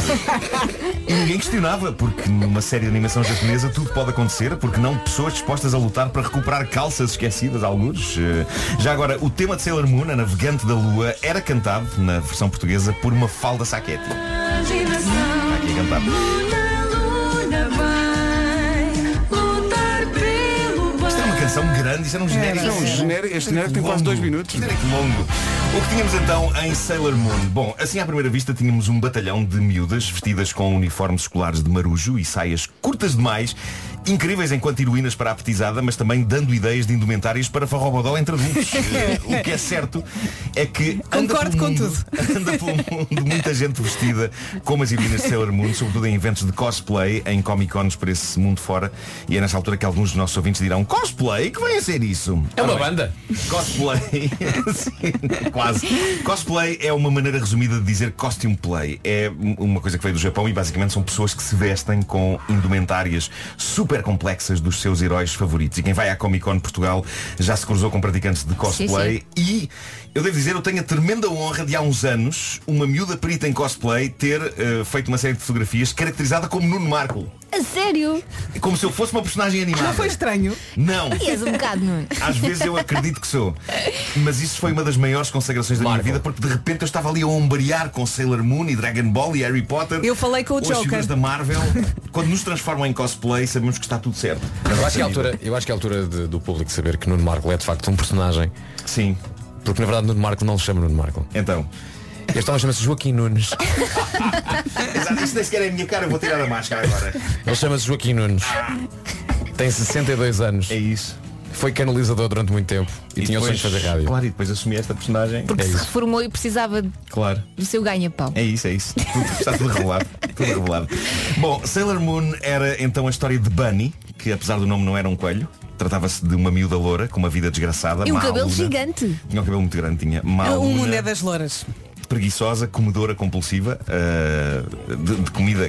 e ninguém questionava, porque numa série de animação japonesa tudo pode acontecer, porque não pessoas dispostas a lutar para recuperar calças esquecidas, alguns. Eh, Já agora, o tema de Sailor Moon, a navegante da lua, era cantado, na versão portuguesa, por uma falda saquete. Imaginação. Aqui a cantar. Luna, Luna vai lutar pelo Isto é uma canção grande, isto era um genérico. Era, Isto é um era. genérico, este genérico tem quase dois minutos. Genérico longo. O que tínhamos então em Sailor Moon? Bom, assim à primeira vista tínhamos um batalhão de miúdas vestidas com uniformes escolares de marujo e saias curtas demais, incríveis enquanto heroínas para a petizada, mas também dando ideias de indumentários para farrobodó [laughs] entre adultos. Eh, o que é certo é que anda Concordo pelo com mundo- tudo. Anda pelo mundo muita gente vestida como as heroínas de Sailor Moon, sobretudo em eventos de cosplay, em Comic Cons por esse mundo fora. E é nessa altura que alguns dos nossos ouvintes dirão cosplay? Que vai a ser isso? É uma Ora bem, banda? Cosplay. Sim, quase. Cosplay é uma maneira resumida de dizer costume play. É uma coisa que veio do Japão e basicamente são pessoas que se vestem com indumentárias super complexas dos seus heróis favoritos. E quem vai à Comic Con Portugal já se cruzou com praticantes de cosplay e eu devo dizer, eu tenho a tremenda honra de há uns anos uma miúda perita em cosplay ter eh, feito uma série de fotografias caracterizada como Nuno Marco. A sério? Como se eu fosse uma personagem animada. Não foi estranho? Não. E és um bocado, Nuno. Às vezes eu acredito que sou. Mas isso foi uma das maiores consagrações da minha vida porque de repente eu estava ali a ombrear com Sailor Moon e Dragon Ball e Harry Potter. Eu falei com o ou as Joker. figuras da Marvel. Quando nos transformam em cosplay sabemos que está tudo certo. Eu acho que é a altura, eu acho que é a altura de- do público saber que Nuno Marco é de facto um personagem. Sim. Porque na verdade Nuno Marco não se chama Nuno Marco. Então. Este homem chama-se Joaquim Nunes. Exato, isto nem sequer é a minha cara, eu vou tirar a máscara agora. Ele chama-se Joaquim Nunes. Tem 62 anos. É isso. Foi canalizador durante muito tempo. E, tinha o sonho de depois- fazer rádio. Claro, e depois assumi esta personagem. Porque é se isso. reformou e precisava Claro. do seu ganha-pão. É isso, é isso. [laughs] Tudo- está tudo revelado. tudo revelado. Bom, Sailor Moon era então a história de Bunny, que apesar do nome não era um coelho. Tratava-se de uma miúda loura com uma vida desgraçada. E um má cabelo aluna. é? gigante. Um, né? Tinha um cabelo muito grande, tinha É mal. O mundo é das louras. Preguiçosa, comedora compulsiva ah, de, de comida ah,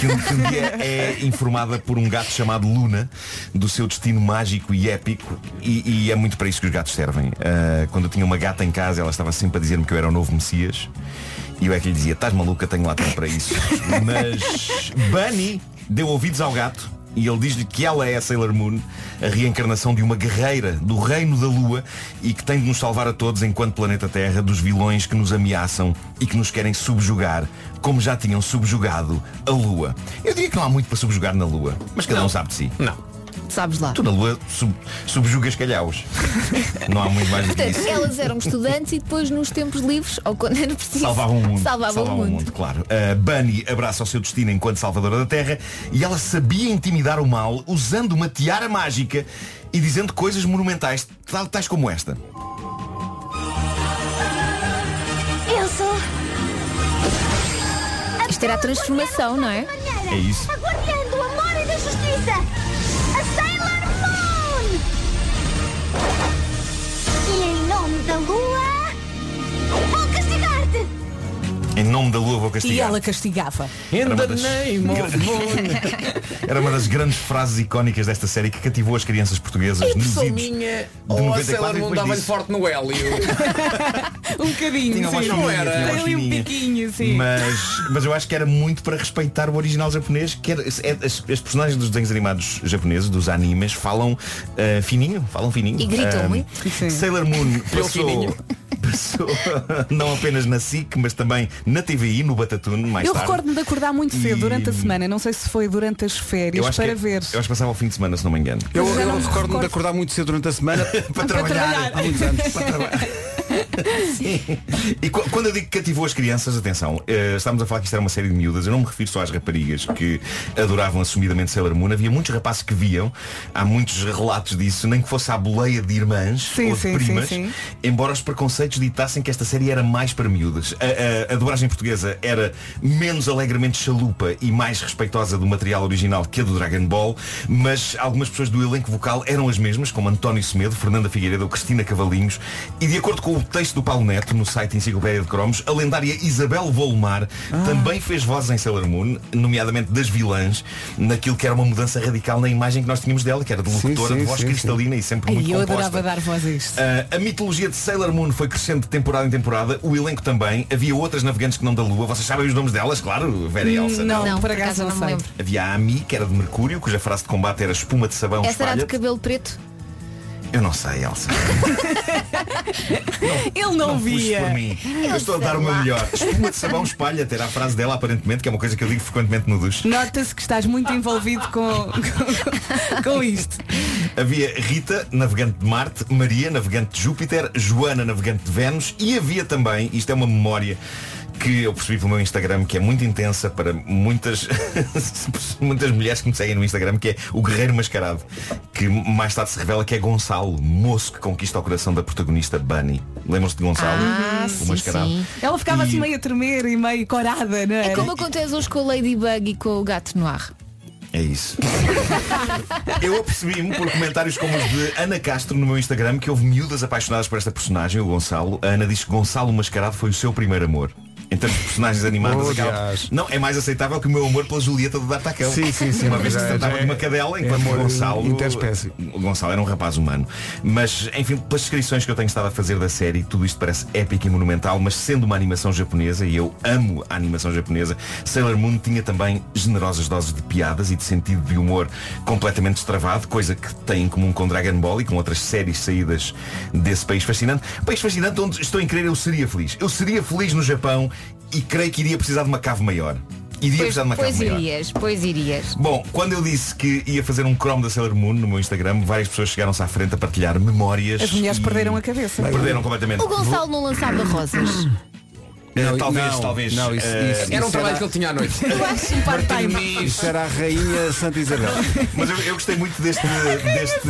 que, um, que um dia é informada por um gato chamado Luna do seu destino mágico e épico e, e é muito para isso que os gatos servem. Ah, quando eu tinha uma gata em casa ela estava sempre a dizer-me que eu era o novo Messias e eu é que lhe dizia, estás maluca, tenho lá tempo para isso. [laughs] Mas Bunny deu ouvidos ao gato e ele diz-lhe que ela é a Sailor Moon, a reencarnação de uma guerreira do reino da Lua e que tem de nos salvar a todos enquanto planeta Terra dos vilões que nos ameaçam e que nos querem subjugar, como já tinham subjugado a Lua. Eu diria que não há muito para subjugar na Lua, mas cada um sabe de si. Não. Sabes lá. Tu na Lua sub- subjugas [laughs] calhaus. não há muito mais do que Portanto, isso. elas eram estudantes e depois nos tempos livres, ou quando era preciso, Salvavam o mundo. salvavam o mundo. claro. A Bunny abraça o seu destino enquanto salvadora da Terra e ela sabia intimidar o mal usando uma tiara mágica e dizendo coisas monumentais, tal- tais como esta. [laughs] Eu sou. Isto era a transformação, não é? É isso. A guardiã do amor e da justiça. A Sailor Moon. E em nome da lua, vou castigar-te. Em nome da lua vou castigar. E ela castigava. Era uma das- [laughs] Era uma das grandes frases icónicas desta série que cativou as crianças portuguesas nos idos minha, de 94 e depois disso- forte no Hélio. um bocadinho, Tinha uma fininha, sim. tinha uma Tem ali um fininha. piquinho, sim. Mas, mas eu acho que era muito para respeitar o original japonês, que era- é- as, as personagens dos desenhos animados japoneses, dos animes, falam ah, fininho, falam fininho. E gritam Ah, muito. Sim. Sailor Moon Eu passou, fininho. [laughs] passou não apenas na SIC, mas também na TVI, no Batatune, mais eu tarde. recordo-me de acordar muito cedo durante a semana, não sei se foi durante as férias, eu acho, para que, é- ver. eu acho que passava ao fim de semana, se não me engano. Eu, eu recordo-me de acordar muito cedo durante a semana [laughs] para trabalhar. Há muitos anos. [laughs] E qu- quando eu digo que cativou as crianças, atenção, eh, estávamos a falar que isto era uma série de miúdas, eu não me refiro só às raparigas que adoravam assumidamente Sailor Moon, havia muitos rapazes que viam, há muitos relatos disso, nem que fosse à boleia de irmãs Sim, ou de sim, primas, sim, sim. embora os preconceitos ditassem que esta série era mais para miúdas. A, a- a dobragem portuguesa era menos alegremente chalupa e mais respeitosa do material original que a do Dragon Ball, mas algumas pessoas do elenco vocal eram as mesmas, como António Semedo, Fernanda Figueiredo ou Cristina Cavalinhos, e de acordo com o texto do Paulo Neto no site Enciclopédia de Cromos, a lendária Isabel Volmar Ah. também fez vozes em Sailor Moon, nomeadamente das vilãs, naquilo que era uma mudança radical na imagem que nós tínhamos dela, que era de locutora, sim, de voz sim, sim. cristalina e sempre Ai, muito eu composta. adorava dar voz a isto. Ah, a mitologia de Sailor Moon foi crescendo de temporada em temporada, o elenco também, havia outras navegantes que não da Lua, vocês sabem os nomes delas, claro, Vera e Elsa. não, por acaso não, não me sei. lembro. Havia a Ami, que era de Mercúrio, cuja frase de combate era espuma de sabão Essa era a espalha. de cabelo preto. Eu não sei, Elsa. [laughs] Ele não, Puxe via. por mim. Eu Eu estou a sei dar o meu lá. melhor. Espuma de sabão espalha, terá a frase dela aparentemente, que é uma coisa que eu digo frequentemente no duche. Nota-se que estás muito envolvido com, [laughs] com, com isto. Havia Rita, navegante de Marte, Maria, navegante de Júpiter, Joana, navegante de Vênus e havia também, isto é uma memória que eu percebi pelo meu Instagram que é muito intensa para muitas [laughs] muitas mulheres que me seguem no Instagram que é o guerreiro mascarado que mais tarde se revela que é Gonçalo moço que conquista o coração da protagonista Bunny lembram-se de Gonçalo Ah, o sim, mascarado Ela ficava E- assim meio a tremer e meio corada, não É era? como acontece hoje com a Ladybug e com o gato noir. É isso. [laughs] Eu apercebi-me por comentários como os de Ana Castro no meu Instagram que houve miúdas apaixonadas por esta personagem, o Gonçalo. A Ana diz que Gonçalo Mascarado foi o seu primeiro amor. Então, personagens animadas Oh, acaba- Deus. Não, é mais aceitável que o meu amor pela Julieta do D'Artacão. Sim, sim, sim, Uma vez que se verdade. tratava É- de uma cadela, é enquanto amor Gonçalo. interespécie. O Gonçalo era um rapaz humano. Mas, enfim, pelas descrições que eu tenho estado a fazer da série, tudo isto parece épico e monumental, mas sendo uma animação japonesa, e eu amo a animação japonesa, Sailor Moon tinha também generosas doses de piadas e de sentido de humor completamente destravado, coisa que tem em comum com Dragon Ball e com outras séries saídas desse país fascinante. País fascinante onde estou em crer eu seria feliz. Eu seria feliz no Japão e creio que iria precisar de uma cave maior. Iria Pois, precisar de uma pois cave maior. irias, pois irias. Bom, quando eu disse que ia fazer um Chrome da Sailor Moon no meu Instagram, várias pessoas chegaram-se à frente a partilhar memórias. As mulheres e- perderam a cabeça. Perderam completamente. O Gonçalo não lançava rosas. [laughs] Eh, Não, talvez, não, talvez. não, isso- eh, isso- isso era- tinha à noite. Eu acho um part-time. Isso era a rainha Santa Isabel. Mas eu, eu gostei muito deste, deste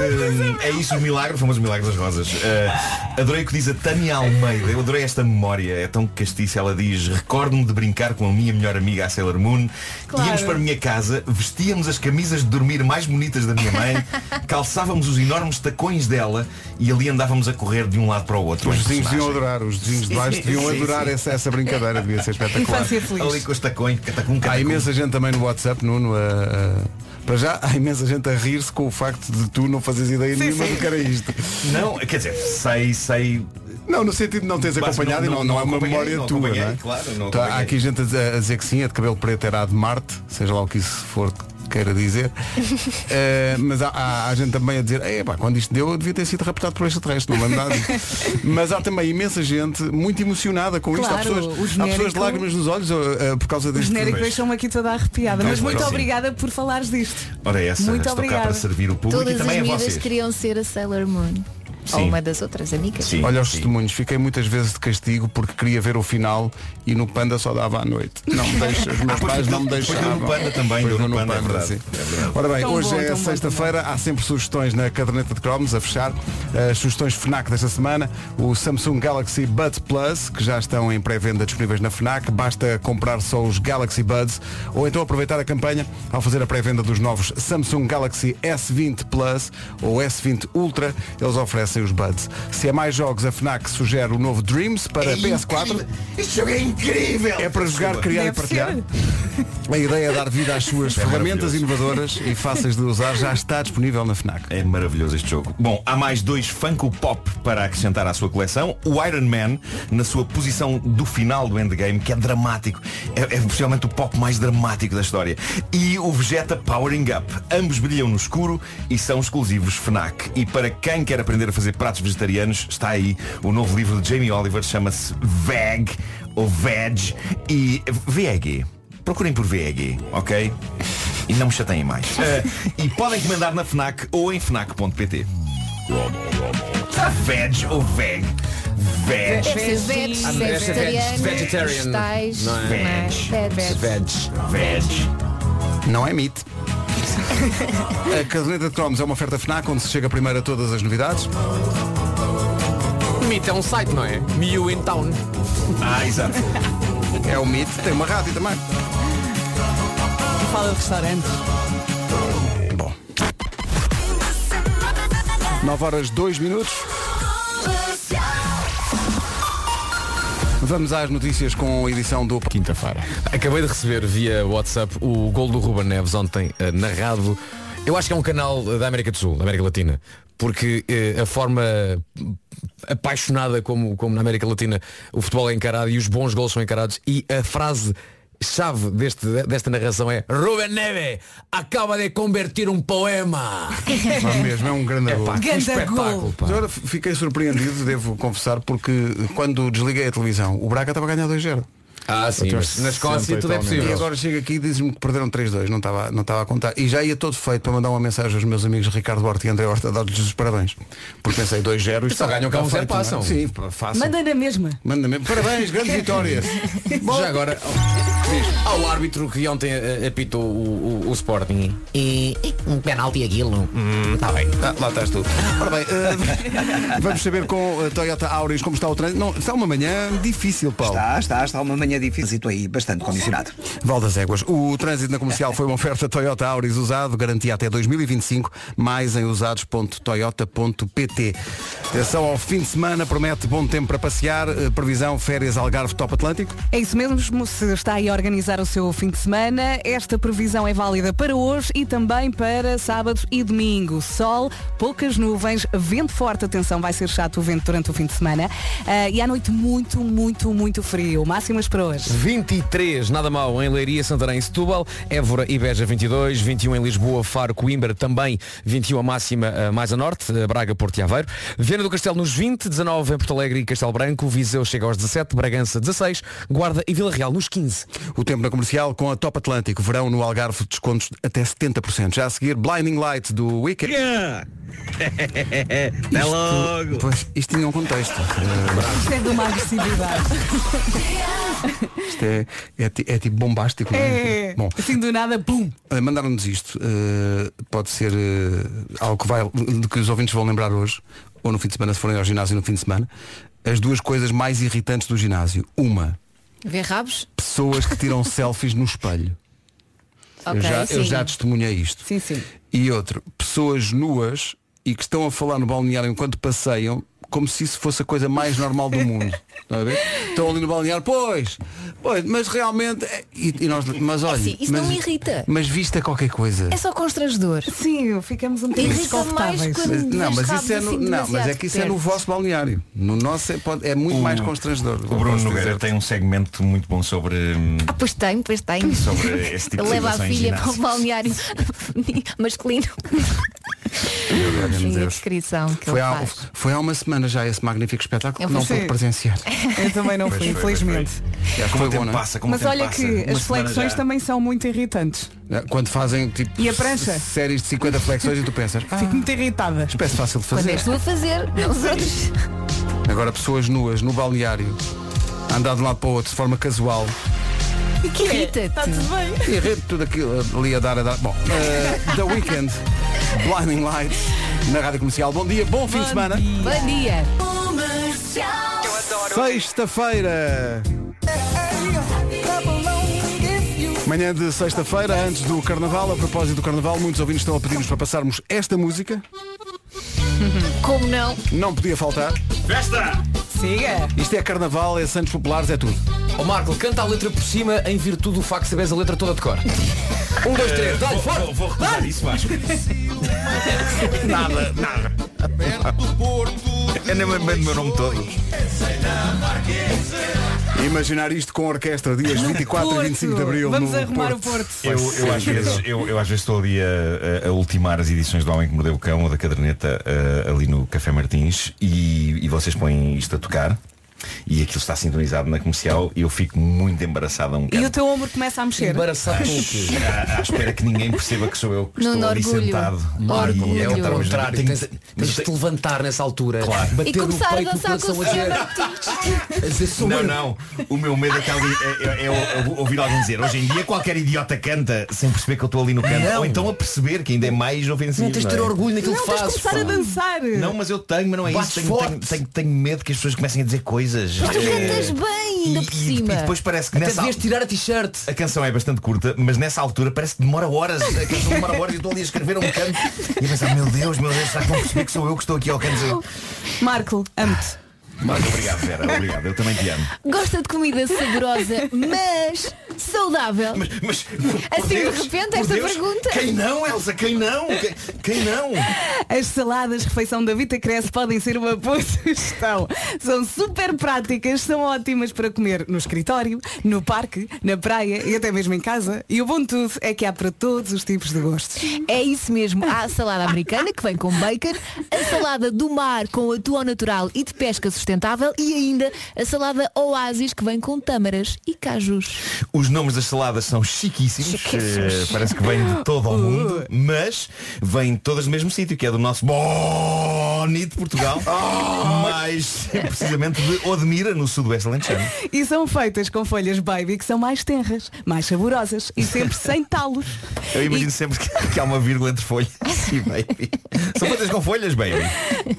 É isso o milagre, o famoso milagre das rosas Eh, Adorei o que diz a Tânia Almeida Eu adorei esta memória, é tão castiça Ela diz, recordo-me de brincar com a minha melhor amiga A Sailor Moon Claro. Íamos para a minha casa, vestíamos as camisas de dormir Mais bonitas da minha mãe Calçávamos os enormes tacões dela E ali andávamos a correr de um lado para o outro Os em vizinhos deviam personagem. adorar, os vizinhos de baixo Sim, deviam sim, adorar sim. Essa, essa brincadeira, devia ser espetacular. Infância feliz. Ali com os tacões, catacum, Há catacum. imensa gente também no WhatsApp, Nuno, a- a- para já há imensa gente a rir-se com o facto de tu não fazes ideia Sim, nenhuma sim. do que era isto. Não, quer dizer, sei, sei Não, no sentido de não teres Mas acompanhado e não, não, é uma acompanhei, memória não tua. acompanhei, não é? claro, não Tá, há acompanhei. aqui gente a dizer, a dizer que sim, a de cabelo preto era a de Marte, seja lá o que isso for que queira [laughs] dizer. Eh, mas há, há- há gente também a dizer, "Eh, pá, quando isto deu eu devia ter sido raptado por extraterrestre, não lembro nada. disso." [laughs] mas há também imensa gente muito emocionada com isto. Há Claro, pessoas, o há genérico- pessoas de lágrimas nos olhos eh, eh, por causa O disto. genérico deixou-me aqui toda arrepiada. Então, Mas muito próximo. obrigada por falares disto. Ora essa, Muito estou obrigada. cá para servir o público Todas e as também a miúdas vocês queriam ser a Sailor Moon. Ou Sim. uma das outras amigas. Olha os testemunhos, fiquei muitas vezes de castigo porque queria ver o final e no Panda só dava à noite. Não me deixa, os meus Ah, pois pais não me deu- pois deixavam. deu no Panda também, Pois deu deu no Panda, é sim. verdade, é verdade. Ora bem, Tão hoje bom, é tão bom, sexta-feira, há sempre sugestões na caderneta de cromos a fechar. As sugestões FNAC desta semana, o Samsung Galaxy Buds Plus, que já estão em pré-venda disponíveis na FNAC, basta comprar só os Galaxy Buds ou então aproveitar a campanha ao fazer a pré-venda dos novos Samsung Galaxy S20 Plus ou S20 Ultra. Eles oferecem aparecem os buds. Se é mais jogos, a FNAC sugere o novo Dreams para É PS4. incrível. Este jogo é incrível! É para jogar, Desculpa. criar Deve e partilhar. A ideia é dar vida às suas É ferramentas maravilhoso. inovadoras e fáceis de usar já está disponível na FNAC. É maravilhoso este jogo. Bom, há mais dois Funko Pop para acrescentar à sua coleção. O Iron Man, na sua posição do final do endgame, que é dramático. É, é possivelmente o pop mais dramático da história. E o Vegeta Powering Up. Ambos brilham no escuro e são exclusivos FNAC. E para quem quer aprender a fazer pratos vegetarianos, está aí o novo livro de Jamie Oliver, chama-se Veg, ou Veg, e VEG. Procurem por VEG, ok? E não me chateiem mais. [laughs] Eh, e podem encomendar na FNAC ou em FNAC.pt. Veg ou veg? Veg. Deve ser veg, Ah, não, deve ser vegetariano, veg, vegetarian. é vegetais, Não é? não é? Veg. Veg. Veg. Não é mito. A caderneta de cromos é uma oferta FNAC onde se chega primeiro a todas as novidades. Meet é um site, não é? Miu in Town. Ah, exato. É o mito, tem uma rádio também. Fala de restaurantes. 9 horas 2 minutos. Vamos às notícias com a edição do Quinta-feira. Acabei de receber via WhatsApp o gol do Ruben Neves ontem, eh, narrado. Eu acho que é um canal eh, da América do Sul, da América Latina, porque eh, a forma apaixonada como, como na América Latina o futebol é encarado e os bons gols são encarados e a frase chave deste, desta narração é Ruben Neves acaba de convertir um poema. É mesmo, é um grande gol. que Ganda espetáculo, gol. pá. Mas Agora f- fiquei surpreendido, devo confessar, porque quando desliguei a televisão, o Braga estava a ganhar 2-0. Ah, sim, Até mas aos na Escócia 60 e tudo é tal possível. minutos. E agora chega aqui e diz-me que perderam 3-2, não estava, não estava a contar. E já ia todo feito para mandar uma mensagem aos meus amigos Ricardo Horta e André Horta, dar-lhes os parabéns. Porque pensei 2-0 e Só ganham cá um zero, passam. é? Sim, pá, fácil. Manda na mesma. Manda mesmo. Parabéns, grande vitória. Já agora, oh, ao árbitro que ontem eh, apitou o, o- o Sporting. E, e um penalti aquilo. Está bem. tá, lá estás tu. Ora bem, eh, [laughs] vamos saber com a Toyota Auris como está o trânsito. Não, está uma manhã difícil, Paulo. Está, está, está uma manhã difícil e aí [laughs] bastante condicionado. Val das Éguas. O trânsito na comercial foi uma oferta Toyota Auris usado, garantia até 2025, mais em usados.toyota.pt. Atenção ao fim de semana, promete bom tempo para passear, eh, previsão férias Algarve Top Atlântico. É isso mesmo, se está aí a organizar o seu fim de semana, esta previsão é válida para hoje e também para sábado e domingo. Sol, poucas nuvens, vento forte, atenção, vai ser chato o vento durante o fim de semana. Ah, e à noite muito, muito, muito frio. Máximas para hoje. 23, nada mal, em Leiria, Santarém e Setúbal, Évora e Beja 22, 21 em Lisboa, Faro, Coimbra também 21 a máxima eh, mais a norte, eh, Braga, Porto e Aveiro, Viana do Castelo nos 20, 19 em Porto Alegre e Castelo Branco, Viseu chega aos 17, Bragança 16, Guarda e Vila Real nos 15. O tempo na comercial com a Top Atlântico, verão no Algarve, descontos até 70%. Já a seguir, Blinding Light do Weekend. Até Isto- logo. Pois, isto tinha um contexto. Eh, Isto é de uma agressividade. Isto é, é, ti- é tipo bombástico. não [laughs] É, Bom, assim do nada, pum. Eh, Mandaram-nos isto. eh, pode ser eh, algo que, vai, de que os ouvintes vão lembrar hoje, ou no fim de semana, se forem ao ginásio no fim de semana. As duas coisas mais irritantes do ginásio. Uma, Vê rabos? pessoas que tiram [laughs] selfies no espelho. Ok, eu, já, eu sim. já testemunhei isto. Sim, sim. E outro, pessoas nuas e que estão a falar no balneário enquanto passeiam, como se isso fosse a coisa mais normal do [laughs] mundo. Estão a ver? Estão ali no balneário, pois, pois, mas realmente. é- E, e nós, mas olha, Sim, Assim, isso mas, não me irrita. mas vista qualquer coisa. É só constrangedor. Sim, ficamos um bocadinho Mas- desconfortáveis. não, mas isso assim, é no, não, mas é que isso é no vosso balneário. No nosso é, pode- é muito O- mais constrangedor. O Bruno Nogueira tem um segmento muito bom sobre. hum, Ah, pois tem, pois tem. Sobre esse tipo de Ele leva a situações filha em para o ginásio. balneário [laughs] masculino. Sim, a descrição que Foi ele há, faz. foi há uma semana já esse magnífico espetáculo Eu que não fui. pude [laughs] presenciar. Eu também não Pois fui, foi, pois infelizmente. E Acho que Como foi o bom, tempo não é? passa, Mas olha que as flexões também são muito irritantes. Quando fazem tipo E a prancha? s- séries de 50 flexões e tu pensas, ah, Fico muito irritada. espécie fácil de Quando fazer. és tu a fazer, não os outros. Agora pessoas nuas no balneário, a andar de um lado para o outro de forma casual. Que irrita-te. Está tudo E a rede, tudo aquilo ali a dar a dar. Bom, eh, The Weekend, Blinding Lights, na Rádio Comercial. Bom dia, bom fim de semana. Bom dia. Sexta-feira. Manhã de sexta-feira, antes do Carnaval, a propósito do Carnaval, muitos ouvintes estão a pedir-nos para passarmos esta música. Como não? Não podia faltar. Festa! Siga! Isto é carnaval, é Santos Populares, é tudo. Ó Marco, canta a letra por cima em virtude do facto de saberes a letra toda de cor. [laughs] Um, dois, três, Eh, dá-lhe, vou- fora! Vou, vou recusar isso, Vasco. nada, nada. Eu nem me lembro do meu nome todo. Imaginar isto com orquestra dias 24 e 25 de Abril. Vamos no arrumar o Porto. Eu, eu, às vezes, eu, eu às vezes estou ali a, a- a ultimar as edições do Homem que Mordeu o Cão ou da Caderneta eh, ali no Café Martins e, e vocês põem isto a tocar e aquilo está sintonizado na comercial e eu fico muito embaraçado a um E bocado. o teu ombro começa a mexer. Embaraçado À, à espera que ninguém perceba que sou eu que Não, estou no ali orgulho. sentado. Marco, E a é o cantar uma música. contrário. Tenho- Tens, tens de te levantar nessa altura. Claro. Bater E começar no a peito, dançar no coração, com o a dizer, Senhor a dizer, sou um Não, eu. não. O meu medo é, que alguém, é, é- é- é ouvir alguém dizer hoje em dia qualquer idiota canta sem perceber que eu estou ali no canto. Não. Ou então a perceber que ainda é mais ofensivo. Não, tens de não é? ter orgulho naquilo Não, que tens de fazes. começar a pá. dançar. Não, mas eu tenho, mas não é Bates isso. Tenho, tenho, forte. tenho- tenho medo que as pessoas comecem a dizer coisas. Mas tu É. cantas bem ainda por E cima. depois parece que Até nessa devias tirar a t-shirt. A canção é bastante curta, mas nessa altura parece que demora horas. A canção demora horas e eu estou ali a escrever a um canto e a pensar, meu Deus, meu Deus, será que vão perceber que sou eu que estou aqui ao canto? Marco, amo-te. Mas obrigado, Vera, obrigado. Eu também te amo. Gosta de comida saborosa, mas saudável. Mas Assim de repente, esta pergunta? Quem não, Elsa? Quem não? Quem, quem não? As saladas refeição da Vita Cresce podem ser uma boa [laughs] sugestão. São super práticas, são ótimas para comer no escritório, no parque, na praia e até mesmo em casa. E o bom de tudo é que há para todos os tipos de gostos. É isso mesmo, há a salada americana que vem com bacon, a salada do mar com atum ao natural e de pesca sustentável e ainda a salada oásis que vem com tâmaras e cajus. Os nomes das saladas são chiquíssimos, Chiquíssimos. Uh. eh, parece que vêm de todo o mundo, mas vêm todas do mesmo sítio, que é do nosso Boni de [laughs] Portugal, Oh! mas precisamente de Odmira, no sudoeste alentejano. E são feitas com folhas baby que são mais tenras, mais saborosas e sempre sem talos. Eu imagino sempre que, que há uma vírgula entre folhas [laughs] e baby. São coisas com folhas, baby.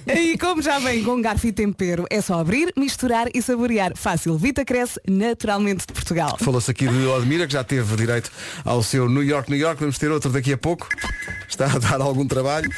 E como já vem com garfo e tempero, é só abrir, misturar e saborear. Fácil, Vita Cresce, naturalmente de Portugal. Falou-se aqui de Odmira, que já teve direito ao seu New York, New York. Vamos ter outro daqui a pouco. Está a dar algum trabalho.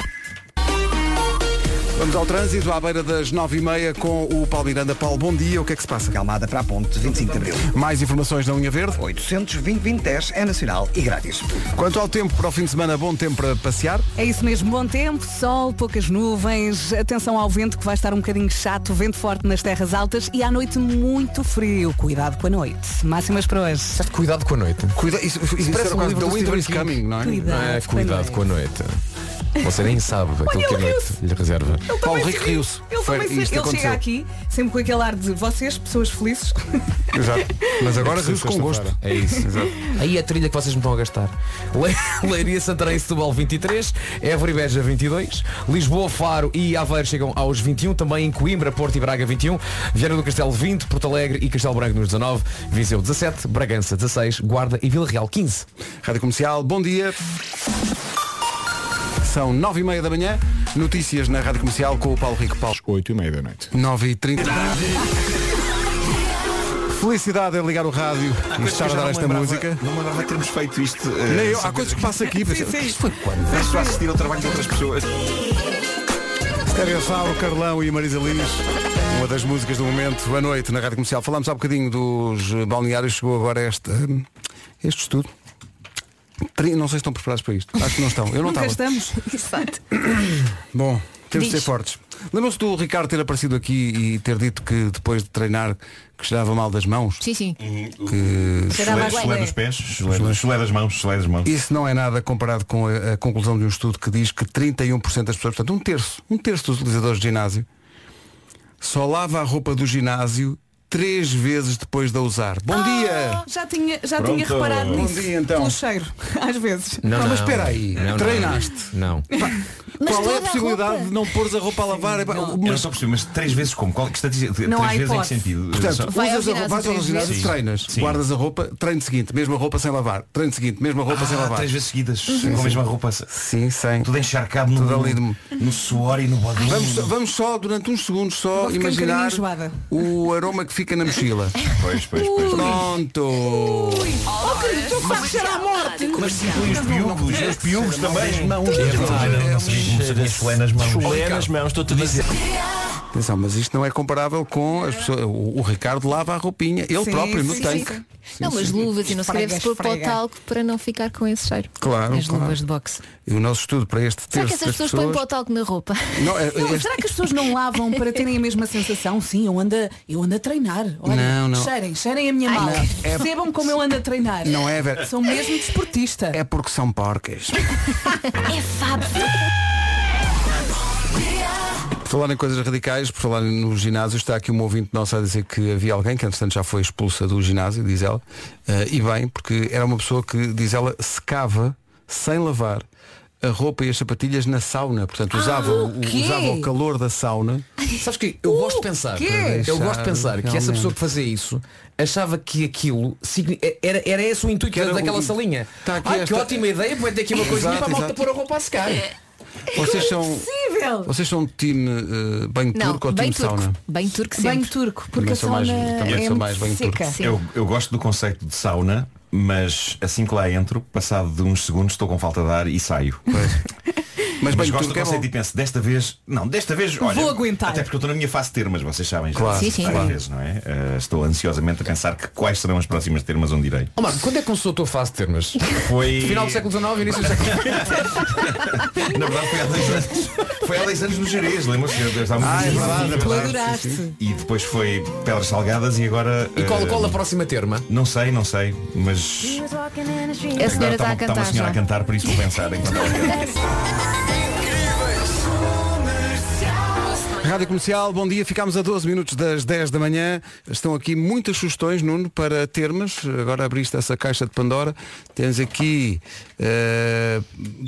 Vamos ao trânsito, à beira das 9h30 com o Paulo Miranda. Paulo, bom dia. O que é que se passa? Calmada para a ponte, 25 de Abril. Mais informações na Unha Verde? 820-2010 é nacional e grátis. Quanto ao tempo para o fim de semana, bom tempo para passear. É isso mesmo, bom tempo, sol, poucas nuvens, atenção ao vento que vai estar um bocadinho chato, vento forte nas terras altas e à noite muito frio. Cuidado com a noite. Máximas para hoje. Cuidado com a noite. Cuida, isso, isso, Isso parece era um quase livro The do Winter Stephen is King. Coming, não é? Cuidado Ah, com a cuidado noite. com a noite. Você nem sabe aquilo que a noite lhe reserva. Paulo Rico riu-se. Ele Foi- também se- isto ele aconteceu. chega aqui sempre com aquele ar de vocês, pessoas felizes. [laughs] Exato. Mas agora É riu-se com gosto. É [laughs] isso. Exato. Aí é a trilha que vocês me estão a gastar. Le- [laughs] Leiria Santarém e Setúbal 23, Évora e Beja 22, Lisboa, Faro e Aveiro chegam aos 21, também em Coimbra, Porto e Braga 21, Viana do Castelo 20, Porto Alegre e Castelo Branco nos 19, Viseu 17, Bragança 16, Guarda e Vila Real 15. Rádio Comercial, bom dia. São 9h30 da manhã. Notícias na Rádio Comercial com o Paulo Rico Paulo. 8h30 da noite. 9h30. Felicidade é ligar o rádio e estar a dar esta música. Não me lembrava termos feito isto. eh, Nem eu, há coisas que passa aqui. É, Sim, sim. Isto foi quando? Deixo a assistir ao trabalho de outras pessoas. é Sauro, Carlão e Marisa Liz. Uma das músicas do momento, à noite, na Rádio Comercial. Falámos há bocadinho dos eh, balneários, chegou agora este, eh, este estudo. Tri- Não sei se estão preparados para isto. Acho que não estão. Eu não Nunca estava. [laughs] estamos. Bom, temos de ser Diz. fortes. Lembram-se do Ricardo ter aparecido aqui e ter dito que depois de treinar que cheirava mal das mãos? Sim, sim. Que... Cheirava a Chulé, chulé guarda. dos pés, chulé, chulé das mãos, chulé das mãos. Isso não é nada comparado com a, a conclusão de um estudo que diz que 31% das pessoas, portanto um terço, um terço dos utilizadores de ginásio, só lava a roupa do ginásio três vezes depois de a usar. Bom dia! Oh, já tinha, já tinha Pronto. reparado Bom nisso. dia, então. Pelo cheiro, [laughs] às vezes. Não, Ah, mas espera aí, Não, não, treinaste. Não. Mas Qual é a toda a possibilidade roupa? de não pôres a roupa a lavar? Epá, Eu não mas, estou a perceber, mas três vezes como? Qual é que está a dizer? Três há vezes em que hipótese. sentido? Só- portanto, Vai ao usas a roupa, ginásio vais ao três ginásio, vezes. treinas, Sim. guardas a roupa, treino seguinte, mesma roupa sem lavar, treino seguinte, mesma roupa sem Ah, lavar. três vezes seguidas, com a mesma roupa. Sim, sem. Uhum. Tudo encharcado Tudo no, ali de- no, suor e no bodinho. Vamos, vamos só, durante uns segundos, só Vou ficar um imaginar bocadinho enjoada. o aroma que fica na mochila. [laughs] Pois, pois, pois. Pronto. Oh, querido, tu sabes cheirar a morte! Mas inclui os piugos, os piugos também. As mãos, Tudo. não sabia não sabia chulé nas mãos. Chulé nas mãos, estou-te a dizer. Atenção, mas isto não é comparável com as pessoas. O, o Ricardo lava a roupinha, ele Sim, próprio, no sim, tanque. sim. não, mas luvas e não se deve-se pôr para o talco para não ficar com esse cheiro. Claro, As claro. luvas de boxe. E o nosso estudo para este Será terço que essas das pessoas põem para o talco na roupa? Não, [laughs] é- é- Será que as pessoas não lavam para terem a mesma sensação? Sim, eu ando, a- eu ando a treinar. Olha, Não, não. Cheirem, cheirem a minha Ai, mala. não. É- Percebam como eu ando a treinar. Não é, Vera? Sou mesmo desportista. É porque são porcas. [laughs] É fábio. Por falar em coisas radicais, por falar no ginásio, está aqui um ouvinte nosso a dizer que havia alguém que, entretanto, já foi expulsa do ginásio, diz ela, eh, e bem, porque era uma pessoa que, diz ela, secava, sem lavar, a roupa e as sapatilhas na sauna. Portanto, usava, Ah, o, o quê? usava o calor da [laughs] sauna. Sabes que eu gosto de pensar, quê? eu gosto de pensar que essa Realmente. pessoa que fazia isso achava que aquilo signi- é, era, era esse o intuito era daquela o- salinha. Tá aqui ah, que esta- ótima ideia, vou ter aqui [laughs] uma coisinha para Exato, a malta exato. pôr a roupa a secar. Vocês são, Possível! vocês são um time eh, banho assim? Não, turco ou bem time turco. sauna? Bem turco sempre. Banho turco, Também porque a sou mais- sauna também é sou muito mais banho seca. turco. Eu, eu gosto do conceito de sauna, mas assim que lá entro, passado de uns segundos, estou com falta de ar e saio. [laughs] Mas Mas, bem, gosto tudo do que é conceito e penso, desta vez, não, desta vez, Vou olha, aguentar. até porque eu estou na minha fase de termas, vocês sabem já, Claro, várias sim, sim. Claro. vezes, não é? Eh, estou ansiosamente a pensar que quais serão as próximas termas onde irei. Oh, Marco, quando é que começou a tua fase de termas? Foi. [laughs] Final do século XIX, início do século Na verdade foi há dois anos. Foi há dois anos no Jerez, lembram-se? Eu estava muito Ah, é feliz. verdade, é Tu verdade. adoraste. Sim, sim. E depois foi Pedras Salgadas e agora. E qual- eh, qual a próxima terma? Não sei, não sei, mas. A Agora tá senhora tá uma- está a uma cantar senhora já. a cantar, por isso vou pensar enquanto ela canta. Rádio Comercial, bom dia. Ficámos a 12 minutos das 10 da manhã. Estão aqui muitas sugestões, Nuno, para termos. Agora abriste essa caixa de Pandora. Tens aqui eh,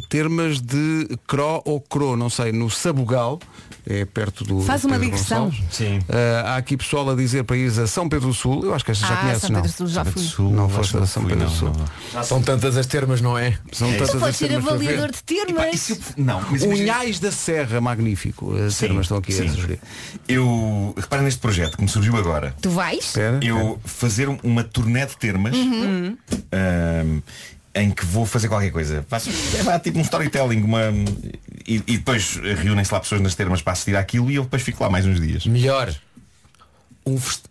termas de Cro ou Cro, não sei, no Sabugal. É perto do. Faz do uma Pedro digressão. Gonçalves. Sim. Eh, há aqui pessoal a dizer para ir a São Pedro do Sul. Eu acho que esta já Ah, conheces, São não? é? Pedro do Sul, já São Pedro do fui. Não foste a São fui, Pedro do não, Sul. Já são tantas as termas, não é? São É isso. tantas Pode as ser termas para ver. avaliador de termas. Não, Um mas imagina- Unhais da Serra, magnífico. As Sim, termas estão aqui sim. a sugerir. Eu. Repara neste projeto que me surgiu agora. Tu vais? É. Eu fazer um, uma turnê de termas Uhum. ahm, em que vou fazer qualquer coisa. Faço é, pá, tipo um storytelling, uma. E, e depois reúnem-se lá pessoas nas termas para assistir àquilo e eu depois fico lá mais uns dias. Melhor. Um, fest-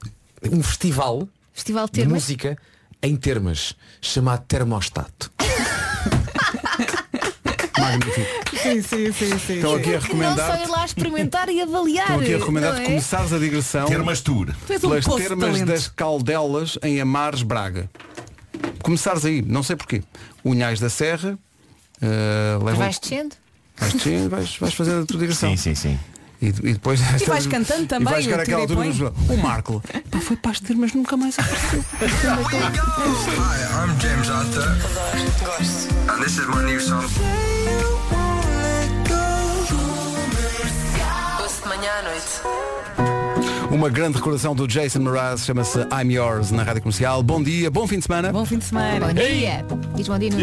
um festival Festival de de termas. música em termas, chamado Termostato. Magnífico. Sim, sim, sim, sim. Estão aqui a Que não só recomendar. ir lá experimentar e avaliar. Estão é aqui a recomendar não de é? começares a digressão Termas Tour. Tu és um pelas poço de termas talento. das Caldelas em Amares Braga. Começares aí, não sei porquê. Unhais da Serra, uh, Mas leva vais descendo? vais, descendo, vais, vais fazendo a tua digressão. Sim, sim, sim. E, e depois E [laughs] vais cantando também, E vais chegar o àquela tira e altura do põe. João. O Marco pá, foi para as termas nunca mais apareceu. Doce de manhã à noite. Uma grande recordação do Jason Mraz chama-se I'm Yours na Rádio Comercial. Bom dia, bom fim de semana. Bom fim de semana. Bom dia. Diz bom dia. Nuno.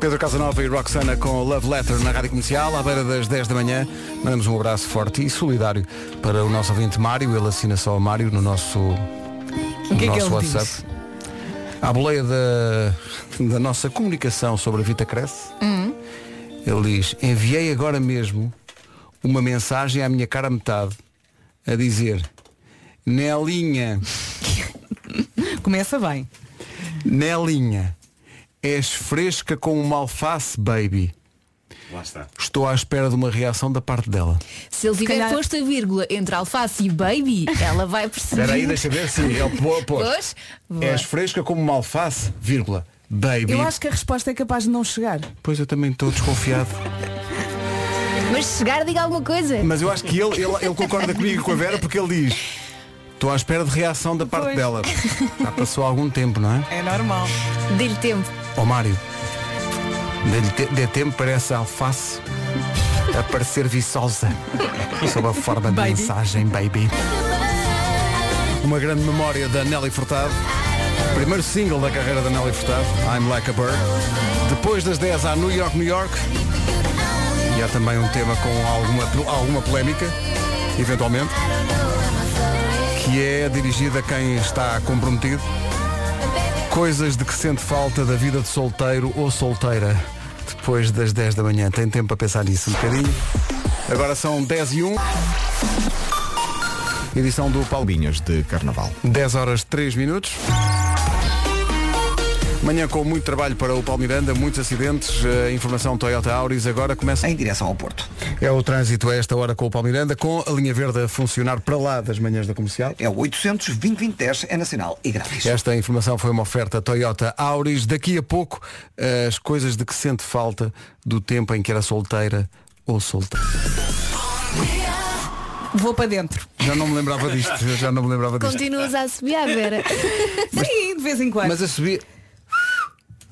Pedro Casanova e Roxana com Love Letter na Rádio Comercial, à beira das 10 da manhã. Mandamos um abraço forte e solidário para o nosso ouvinte Mário. Ele assina só Mário no nosso, O no que é que nosso ele WhatsApp. diz? À boleia da, da nossa comunicação sobre a Vita Cresce, Hum. ele diz, enviei agora mesmo uma mensagem à minha cara metade a dizer Nelinha, Começa bem. Nelinha, és fresca com uma alface, baby. Lá está. Estou à espera de uma reação da parte dela. Se ele tiver calhar- posto a vírgula entre alface e baby, ela vai perceber. Espera aí, É, deixa ver se é ele pô- pô- [laughs] Pois? Boa. És fresca como uma alface, vírgula. Baby. Eu acho que a resposta é capaz de não chegar. Pois eu também estou desconfiado. Mas se chegar, diga alguma coisa. Mas eu acho que ele, ele, ele concorda comigo e com a Vera porque ele diz. Estou à espera de reação da parte Pois. [laughs] dela. Já passou algum tempo, não é? É normal. Dê-lhe tempo. Ó Mário, dê-lhe te- dê tempo para essa alface aparecer viçosa sob a forma de Baby. mensagem, baby. Uma grande memória da Nelly Furtado. Primeiro single da carreira da Nelly Furtado, I'm Like a Bird. Depois das 10 há New York, New York. E há também um tema com alguma, alguma polémica. eventualmente, que é dirigida a quem está comprometido. Coisas de que sente falta da vida de solteiro ou solteira depois das 10 da manhã. Tem tempo para pensar nisso um bocadinho. Agora são 10 e 1. Edição do Palminhas de Carnaval. 10 horas 3 minutos. Manhã com muito trabalho para o Palmiranda, muitos acidentes, a informação Toyota Auris agora começa em direção ao Porto. É o trânsito a esta hora com o Palmiranda, com a linha verde a funcionar para lá das manhãs da comercial. É o 800 é nacional e grátis. Esta informação foi uma oferta Toyota Auris. Daqui a pouco, eh, as coisas de que sente falta do tempo em que era solteira ou solteira. Vou para dentro. Já não me lembrava disto, já não me lembrava disto. Continuas a subir [laughs] à Vera. [laughs] Sim, de vez em quando. Mas a subir,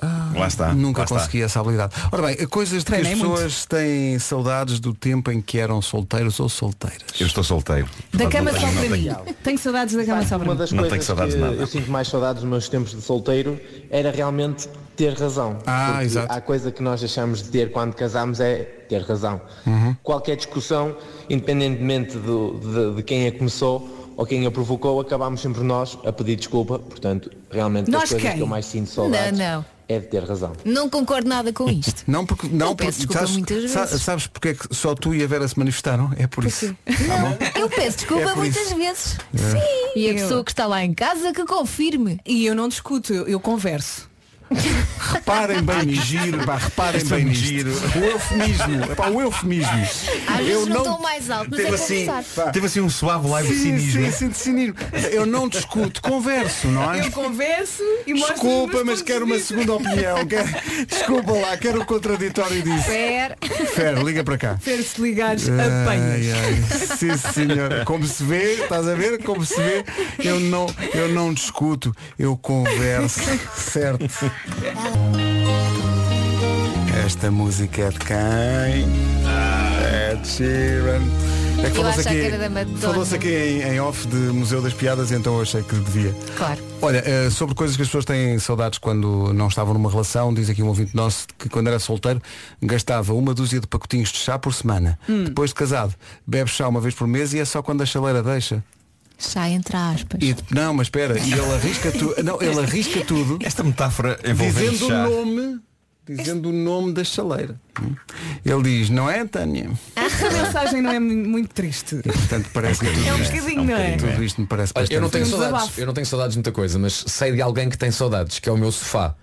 Lá Tá, está. Nunca lá está. consegui essa habilidade. Ora bem, coisas de que as Treinei muito. pessoas têm saudades do tempo em que eram solteiros ou solteiras. Eu estou solteiro. Da Não cama um tenho- só um não para mim. tenho- Tenho saudades da cama só para Uma mim. das Não tenho coisas saudades que de nada. eu sinto mais saudades dos meus tempos de solteiro era realmente ter razão. Ah, Porque exato. A coisa que nós deixamos de ter quando casamos é ter razão. Uhum. Qualquer discussão, independentemente do- de, de quem a começou ou quem a provocou, acabamos sempre nós a pedir desculpa. Portanto, realmente Nós das coisas quem? que eu mais sinto saudades Não, não. é de ter razão. Não concordo nada com isto. Não, porque não, Eu peço desculpa muitas sa- vezes. sabes porque é que só tu e a Vera se manifestaram? É por isso. Eu peço desculpa É por muitas isso. vezes. É. Sim. E a Eu- pessoa que está lá em casa que confirme. E eu não discuto, eu, eu converso. Reparem bem nisto. Giro, pá, reparem Este é bem um nisto. giro. O eufemismo, pá, o eufemismo. Às vezes não não- estão mais alto, mas é Teve assim, conversar. teve assim um suave live de Sim, cinismo. sim, sim, de cinismo. é. Eu não discuto, converso, não é? Eu converso e mostro. Desculpa, mas quero uma segunda opinião. Quero... Desculpa lá, quero o contraditório disso. Fer, É. Fer, liga para cá. Fer, se ligares, Ai, apanhas. ai, Sim, senhor. Como se vê, estás a ver? Como se vê, eu não, eu não discuto, eu converso. Certo. Esta música é de quem? É de Sheeran. É Eu que falou-se achava que era da aqui, Madonna. falou-se aqui em, em off de Museu das Piadas, então eu achei que devia. Claro. Olha, eh, sobre coisas que as pessoas têm saudades quando não estavam numa relação, diz aqui um ouvinte nosso que quando era solteiro gastava uma dúzia de pacotinhos de chá por semana. Hum. Depois de casado, bebe chá uma vez por mês e é só quando a chaleira deixa. Já entre aspas. E, não, mas espera, e ele arrisca tudo. [laughs] Não, ele arrisca tudo. Esta metáfora é envolvendo Dizendo o chá. nome. Dizendo o nome da chaleira. Ele diz, não é, Tânia? Essa mensagem não é mu- muito triste. Portanto, parece que tudo É um isto- bocadinho, não é? Tudo isto me parece Olha, eu não bastante- tenho Um saudades, desabafo. eu não tenho saudades de muita coisa, mas sei de alguém que tem saudades, que é o meu sofá.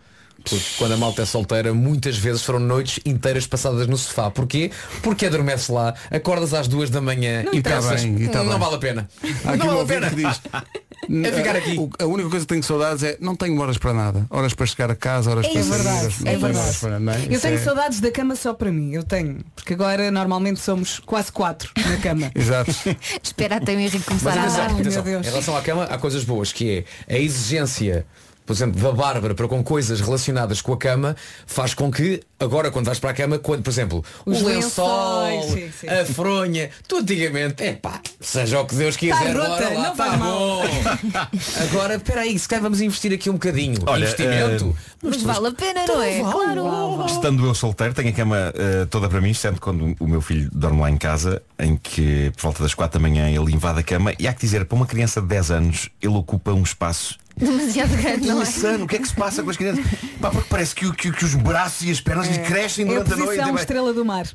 Porque quando a malta é solteira, muitas vezes foram noites inteiras passadas no sofá. Porquê? Porque adormece lá, acordas às duas da manhã Não e tá pensas, bem, e tá "Hum, não bem." vale a pena. Há não aqui um vale a ouvinte pena. que diz [laughs] É ficar aqui. o- A única coisa que tenho saudades é não tenho horas para nada. Horas para chegar a casa, horas É para sair, verdade, horas- não é tenho verdade. horas para- não é? Eu Isso tenho é- saudades da cama só para mim, eu tenho. Porque agora normalmente somos quase quatro na cama. [laughs] Exato. é Espera até o Henrique começar Mas a atenção, andar. atenção, em relação à cama, há coisas boas, que é a exigência, por exemplo, da Bárbara para com coisas relacionadas com a cama, faz com que, agora quando vais para a cama, quando, por exemplo, Os o lençol, lençóis, sim, sim. a fronha, tu antigamente, epá, seja o que Deus quiser, Tá bora rota, lá, não tá faz mal. [laughs] bom. Agora, espera aí, se calhar vamos investir aqui um bocadinho. Olha, Investimento. Mas vale a pena, Então não é? Claro. Estando eu solteiro, tenho a cama eh, toda para mim, exceto quando o meu filho dorme lá em casa, em que por volta das 4 da manhã ele invade a cama e há que dizer, para uma criança de 10 anos, ele ocupa um espaço Demasiado grande, não é? insano. O que é que se passa com as crianças? Pá, porque parece que, o- que o- que os braços e as pernas lhe crescem É a durante a noite. posição Também. estrela do mar.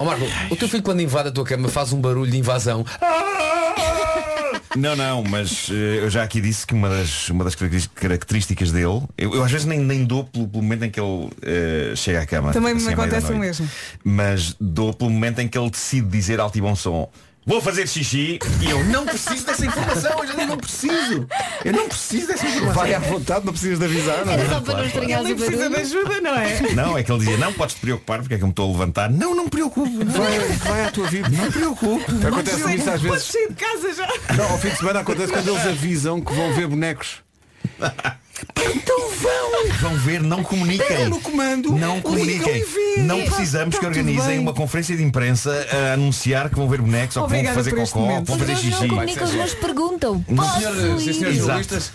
Ó Marco, o teu filho quando invade a tua cama faz um barulho de invasão. Ah, Não, não, mas eh, eu já aqui disse que uma das, uma das caracteris- características dele, eu, eu às vezes nem, nem dou pelo, pelo momento em que ele eh, chega à cama. Também assim, me à meia da acontece o noite. mesmo. mas dou pelo momento em que ele decide dizer alto e bom som Vou fazer xixi e eu não preciso dessa informação, eu já não preciso. Eu não preciso dessa informação. Vai à vontade, não precisas de avisar. Não, é? Era só para não Claro, claro. estranhar Ele o precisa de barulho. ajuda, não é? [laughs] Não, é que ele dizia, não podes te preocupar porque é que eu me estou a levantar. Não, não me preocupo. Vai, vai à tua vida. Não me preocupo. Acontece isso às Podes vezes. sair de casa já. Não, ao fim de semana acontece quando eles avisam que vão ver bonecos. Então vão! Vão ver, não Pega comuniquem. no comando. Não comuniquem. tá, Não precisamos que organizem uma conferência de imprensa a anunciar que vão ver bonecos ou que vão Obrigada fazer por este cocó, ou momento. que vão fazer Os meus xixi. não comunicam, os meus perguntam. Não, Posso Senhoras e ir? senhores Exato. jornalistas,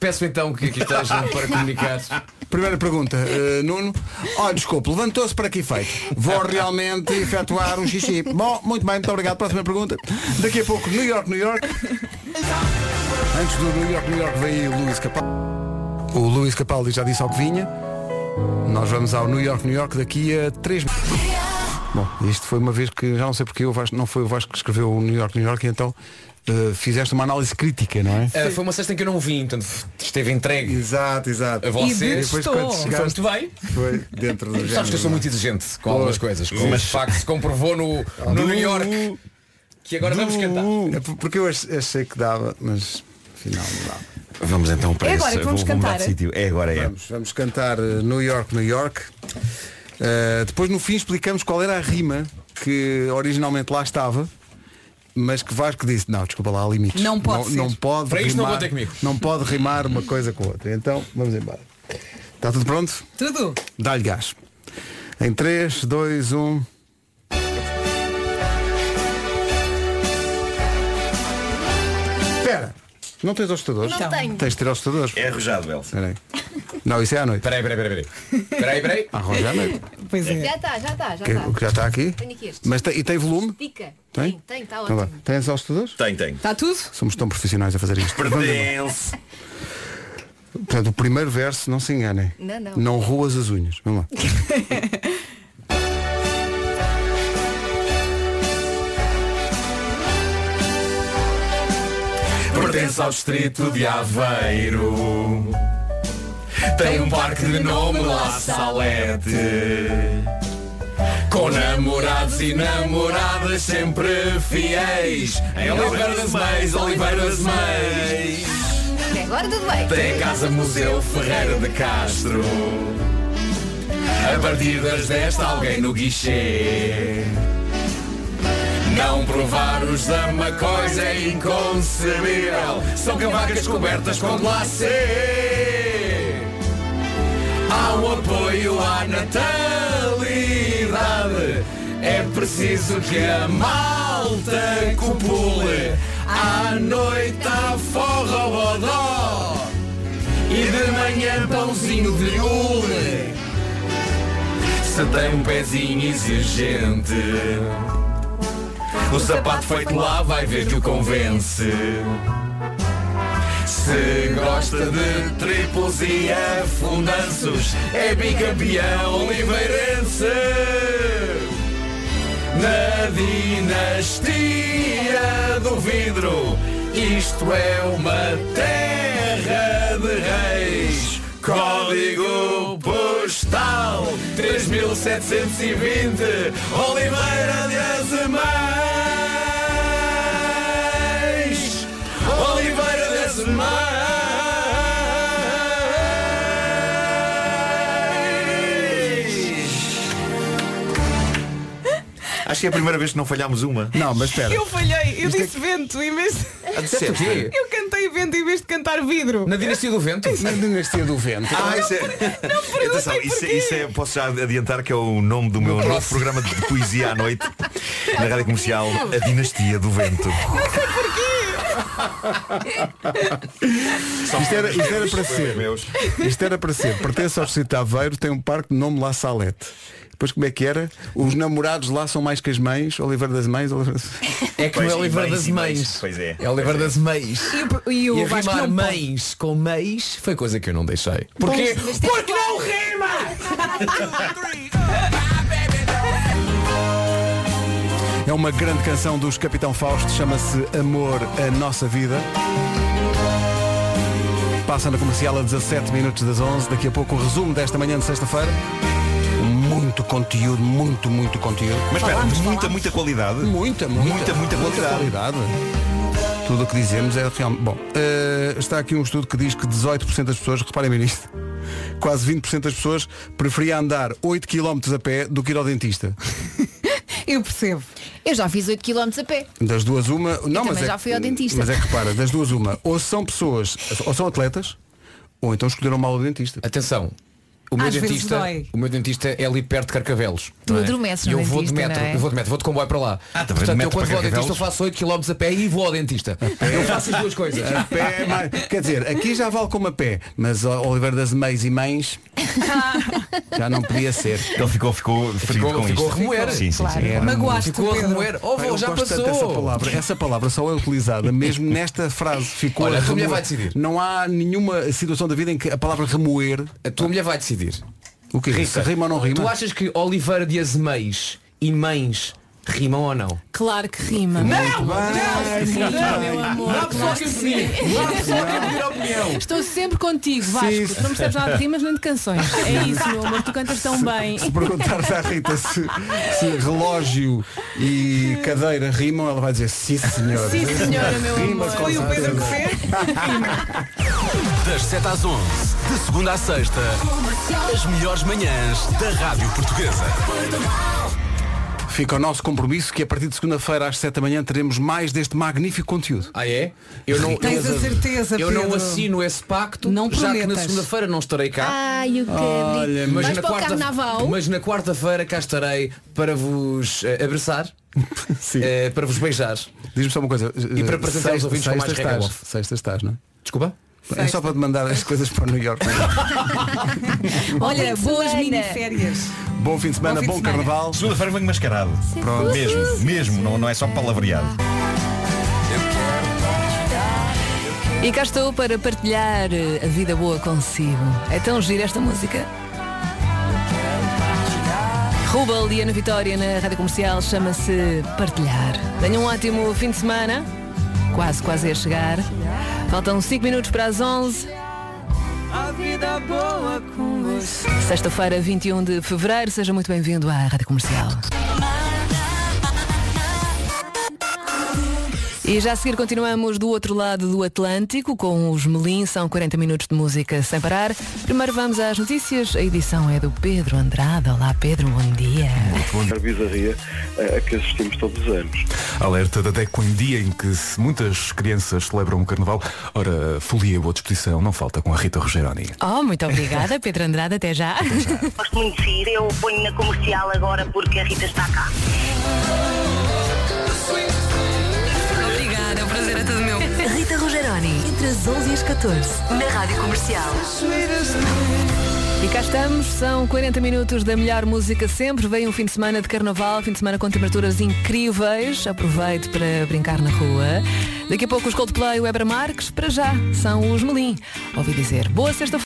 peço então que aqui estejam para comunicar Primeira pergunta, eh, Nuno. Oh, desculpe, levantou-se para aqui feito. Vou realmente efetuar um xixi. Bom, muito bem, muito obrigado. Próxima pergunta. Daqui a pouco, New York, New York. Antes do New York, New York, vem aí o Luís Capaldi. O Luís Capaldi já disse ao que vinha. Nós vamos ao New York, New York daqui a 3 Bom, isto foi uma vez que, já não sei porque, o Vasco, não foi o Vasco que escreveu o New York, New York, e então eh, fizeste uma análise crítica, não é? Ah, foi uma sexta em que eu não vim, portanto esteve entregue. Exato, exato. A vocês. E depois quando chegaste- Foste bem? Foi dentro do Sabes que eu sou muito exigente com algumas coisas. Mas de facto se comprovou no, Ah, no New York que agora vamos cantar. É Porque eu ach- achei que dava, mas afinal não dava. Vamos então para É agora esse- que vamos vou- vou mudar cantar. de sítio. É agora é. Vamos, vamos cantar eh, New York, New York. Eh, depois no fim explicamos qual era a rima que originalmente lá estava, mas que Vasco disse, não, desculpa lá, há limites. Não pode ser. não, pode Para isto não rimar- contem comigo. Não pode rimar uma coisa com a outra. Então, vamos embora. Está tudo pronto? Tudo. Dá-lhe gás. Em um. 3, 2, 1. Espera. Não tens assustadores? Não tenho. Tens de ter assustadores. É arrojado, Elsa. Peraí. Não, isso é à noite. Peraí, peraí, peraí. Peraí, peraí. Arroja à noite. Pois é. Já está, já está, já Que- é está. o que já está aqui? Tenho aqui este. Mas tem- e tem volume? Estica. Tem? Tem, está Então vá. ótimo. Tens assustadores? Tem, tem. Tá Está tudo? Somos tão profissionais a fazer isto. Vamos embora. Portanto, o primeiro verso, não se enganem. Não, não. Não ruas as unhas. Vamos lá. Pertence ao distrito de Aveiro. Tem um parque de nome La Salete. Com namorados e namoradas sempre fiéis. Em Oliveira das Mães, Oliveira das Mães. Até agora tudo bem. Tem a Casa Museu Ferreira de Castro. A partir das 10 está alguém no guichê. Não provar os da Macóis é inconcebível. São cavacas cobertas com glacê. Há um apoio à natalidade. É preciso que a malta copule. À noite a forra o bodó. E de manhã pãozinho de hule. Se tem um pezinho exigente. O sapato feito lá vai ver que o convence. Se gosta de triplos e afundanços, é bicampeão oliveirense. Na dinastia do vidro, isto é uma terra de reis. Código postal 3720, Oliveira de Azemais. Oliveira de Azemais. Acho que é a primeira vez que não falhámos uma. Não, mas É Eu falhei, eu é disse vento em vez de... [laughs] Ah, disseste o quê? Eu cantei vento em vez de cantar vidro. Na dinastia do vento? Na dinastia do [laughs] vento. Ah, isso é... Atenção, isso, é- isso é, posso já adiantar que é o nome do meu novo programa de poesia à noite na rádio comercial A Dinastia do Vento. Não sei porquê. Isto era, isto era para ser. é Meus. Isto era para ser. Pertence ao Distrito de Aveiro, tem um parque de nome La Salete. Depois como é que era? Os namorados lá são mais que as mães, Oliveira das Mães, Oliveira das... É que não é Oliveira das Mães. Pois é. É Oliveira das Mães. E, o E a Vasco rimar não pode. mães com mães foi coisa que eu não deixei. Porque- Porque Porque não É uma grande canção dos Capitão Fausto, chama-se Amor a Nossa Vida. Passa na comercial a 17 minutos das 11. Daqui a pouco o resumo desta manhã de sexta-feira. Muito conteúdo, muito, muito conteúdo. Mas espera, muita, muita qualidade. Muita, muita, muita qualidade. Tudo o que dizemos é realmente. Bom, eh, está aqui um estudo que diz que 18% das pessoas, reparem bem nisto, [laughs] quase 20% das pessoas preferia andar 8 km a pé do que ir ao dentista. Eu percebo. Eu já fiz 8 km a pé. Das duas uma. Não, mas também é já que- fui ao dentista. Mas é que repara, das duas uma, ou são pessoas, ou são atletas, ou então escolheram mal o dentista. Atenção, o meu, Às vezes dentista, dói. o meu dentista é ali perto de Carcavelos. Tu não é? adormeces E no eu vou de dentista, metro, não é? eu vou de metro, vou de comboio para lá. Ah, também de Portanto, eu metro quando para vou ao dentista eu Carcavelos? faço 8 km a pé e vou ao dentista. Eu faço as duas coisas. A pé é mais- Quer dizer, aqui já vale como a pé, mas ó, Oliveira das Mães e [laughs] Mães já não podia ser. Ele ficou, ficou ferido com ficou isto. a remoer. Sim, sim, sim. Era- claro. Ficou a remoer. Oh, Pai, vó, eu já gosto tanto passou. dessa palavra. Essa palavra só é [laughs] utilizada mesmo nesta frase. Ficou Olha, a tua mulher remoer. vai decidir. Não há nenhuma situação da vida em que a palavra remoer. A tua mulher vai decidir. O que Rita, Rima ou não rima? Tu achas que Oliveira de Azemeis e Mães rimam ou não? Claro que rima. Não! Não, Não! não, meu amor. Dá pessoal claro que que me pedir. sim. Dá pessoal que me pedir opinião. Estou sempre contigo, Vasco. Sim, sim. Não percebes nada de rimas nem de canções. É isso, meu amor. Tu cantas tão bem. Se perguntares à Rita se, se relógio e cadeira rimam, ela vai dizer sim senhora. Sim, senhora, meu Rima amor. com certeza. Das 7 às 11, de segunda à sexta, as melhores manhãs da Rádio Portuguesa. Fica o nosso compromisso que a partir de segunda-feira às 7 da manhã teremos mais deste magnífico conteúdo. Ah é? Eu não, Tens eu- a certeza, Eu não Pedro. assino esse pacto, Não já que na prometas. segunda-feira não estarei cá. Ai, o é cabrito. mas Ah, Vais na para o quarta- carnaval. mas na quarta-feira cá estarei para vos eh, abraçar, eh, para vos beijar. Diz-me só uma coisa. eh, E para apresentar os Sexta- ouvintes com mais sexta regra estás. Wolf. Sexta estás, não é? Desculpa? É só para te mandar as coisas para New [laughs] York. Olha, boas semana. miniférias. bom fim de semana, bom, carnaval. Segunda-feira venho mascarado. Pronto. Mesmo, mesmo, não, não é só palavreado. E cá estou para partilhar eh, a vida boa consigo. É tão gira esta música. Rubel e Ana Vitória na Rádio Comercial chama-se Partilhar. Tenham um ótimo fim de semana. Quase, quase a chegar. Faltam 5 minutos para as 11. A vida boa com você. Sexta-feira, 21 de Fevereiro. Seja muito bem-vindo à Rádio Comercial. E já a seguir continuamos do outro lado do Atlântico com os Melim. São 40 minutos de música sem parar. Primeiro vamos às notícias. A edição é do Pedro Andrade. Olá Pedro, bom dia. A bizarria eh, a que assistimos todos os anos. Alerta da DECO em dia em que se muitas crianças celebram o carnaval. Ora, folia e boa disposição não falta com a Rita Rogeroni. Oh, muito obrigada Pedro Andrade. Até já. Gosto muito de ir, eu ponho na comercial agora porque a Rita está cá. Obrigada, o prazer é todo meu. Rita Rogeroni, entre as 11 e as 14, na Rádio Comercial. E cá estamos, são 40 minutos da melhor música sempre. Vem um fim de semana de carnaval, fim de semana com temperaturas incríveis. Aproveite para brincar na rua. Daqui a pouco os Coldplay e Weber Marques, para já, são os Melim. Ouvi dizer, boa sexta-feira.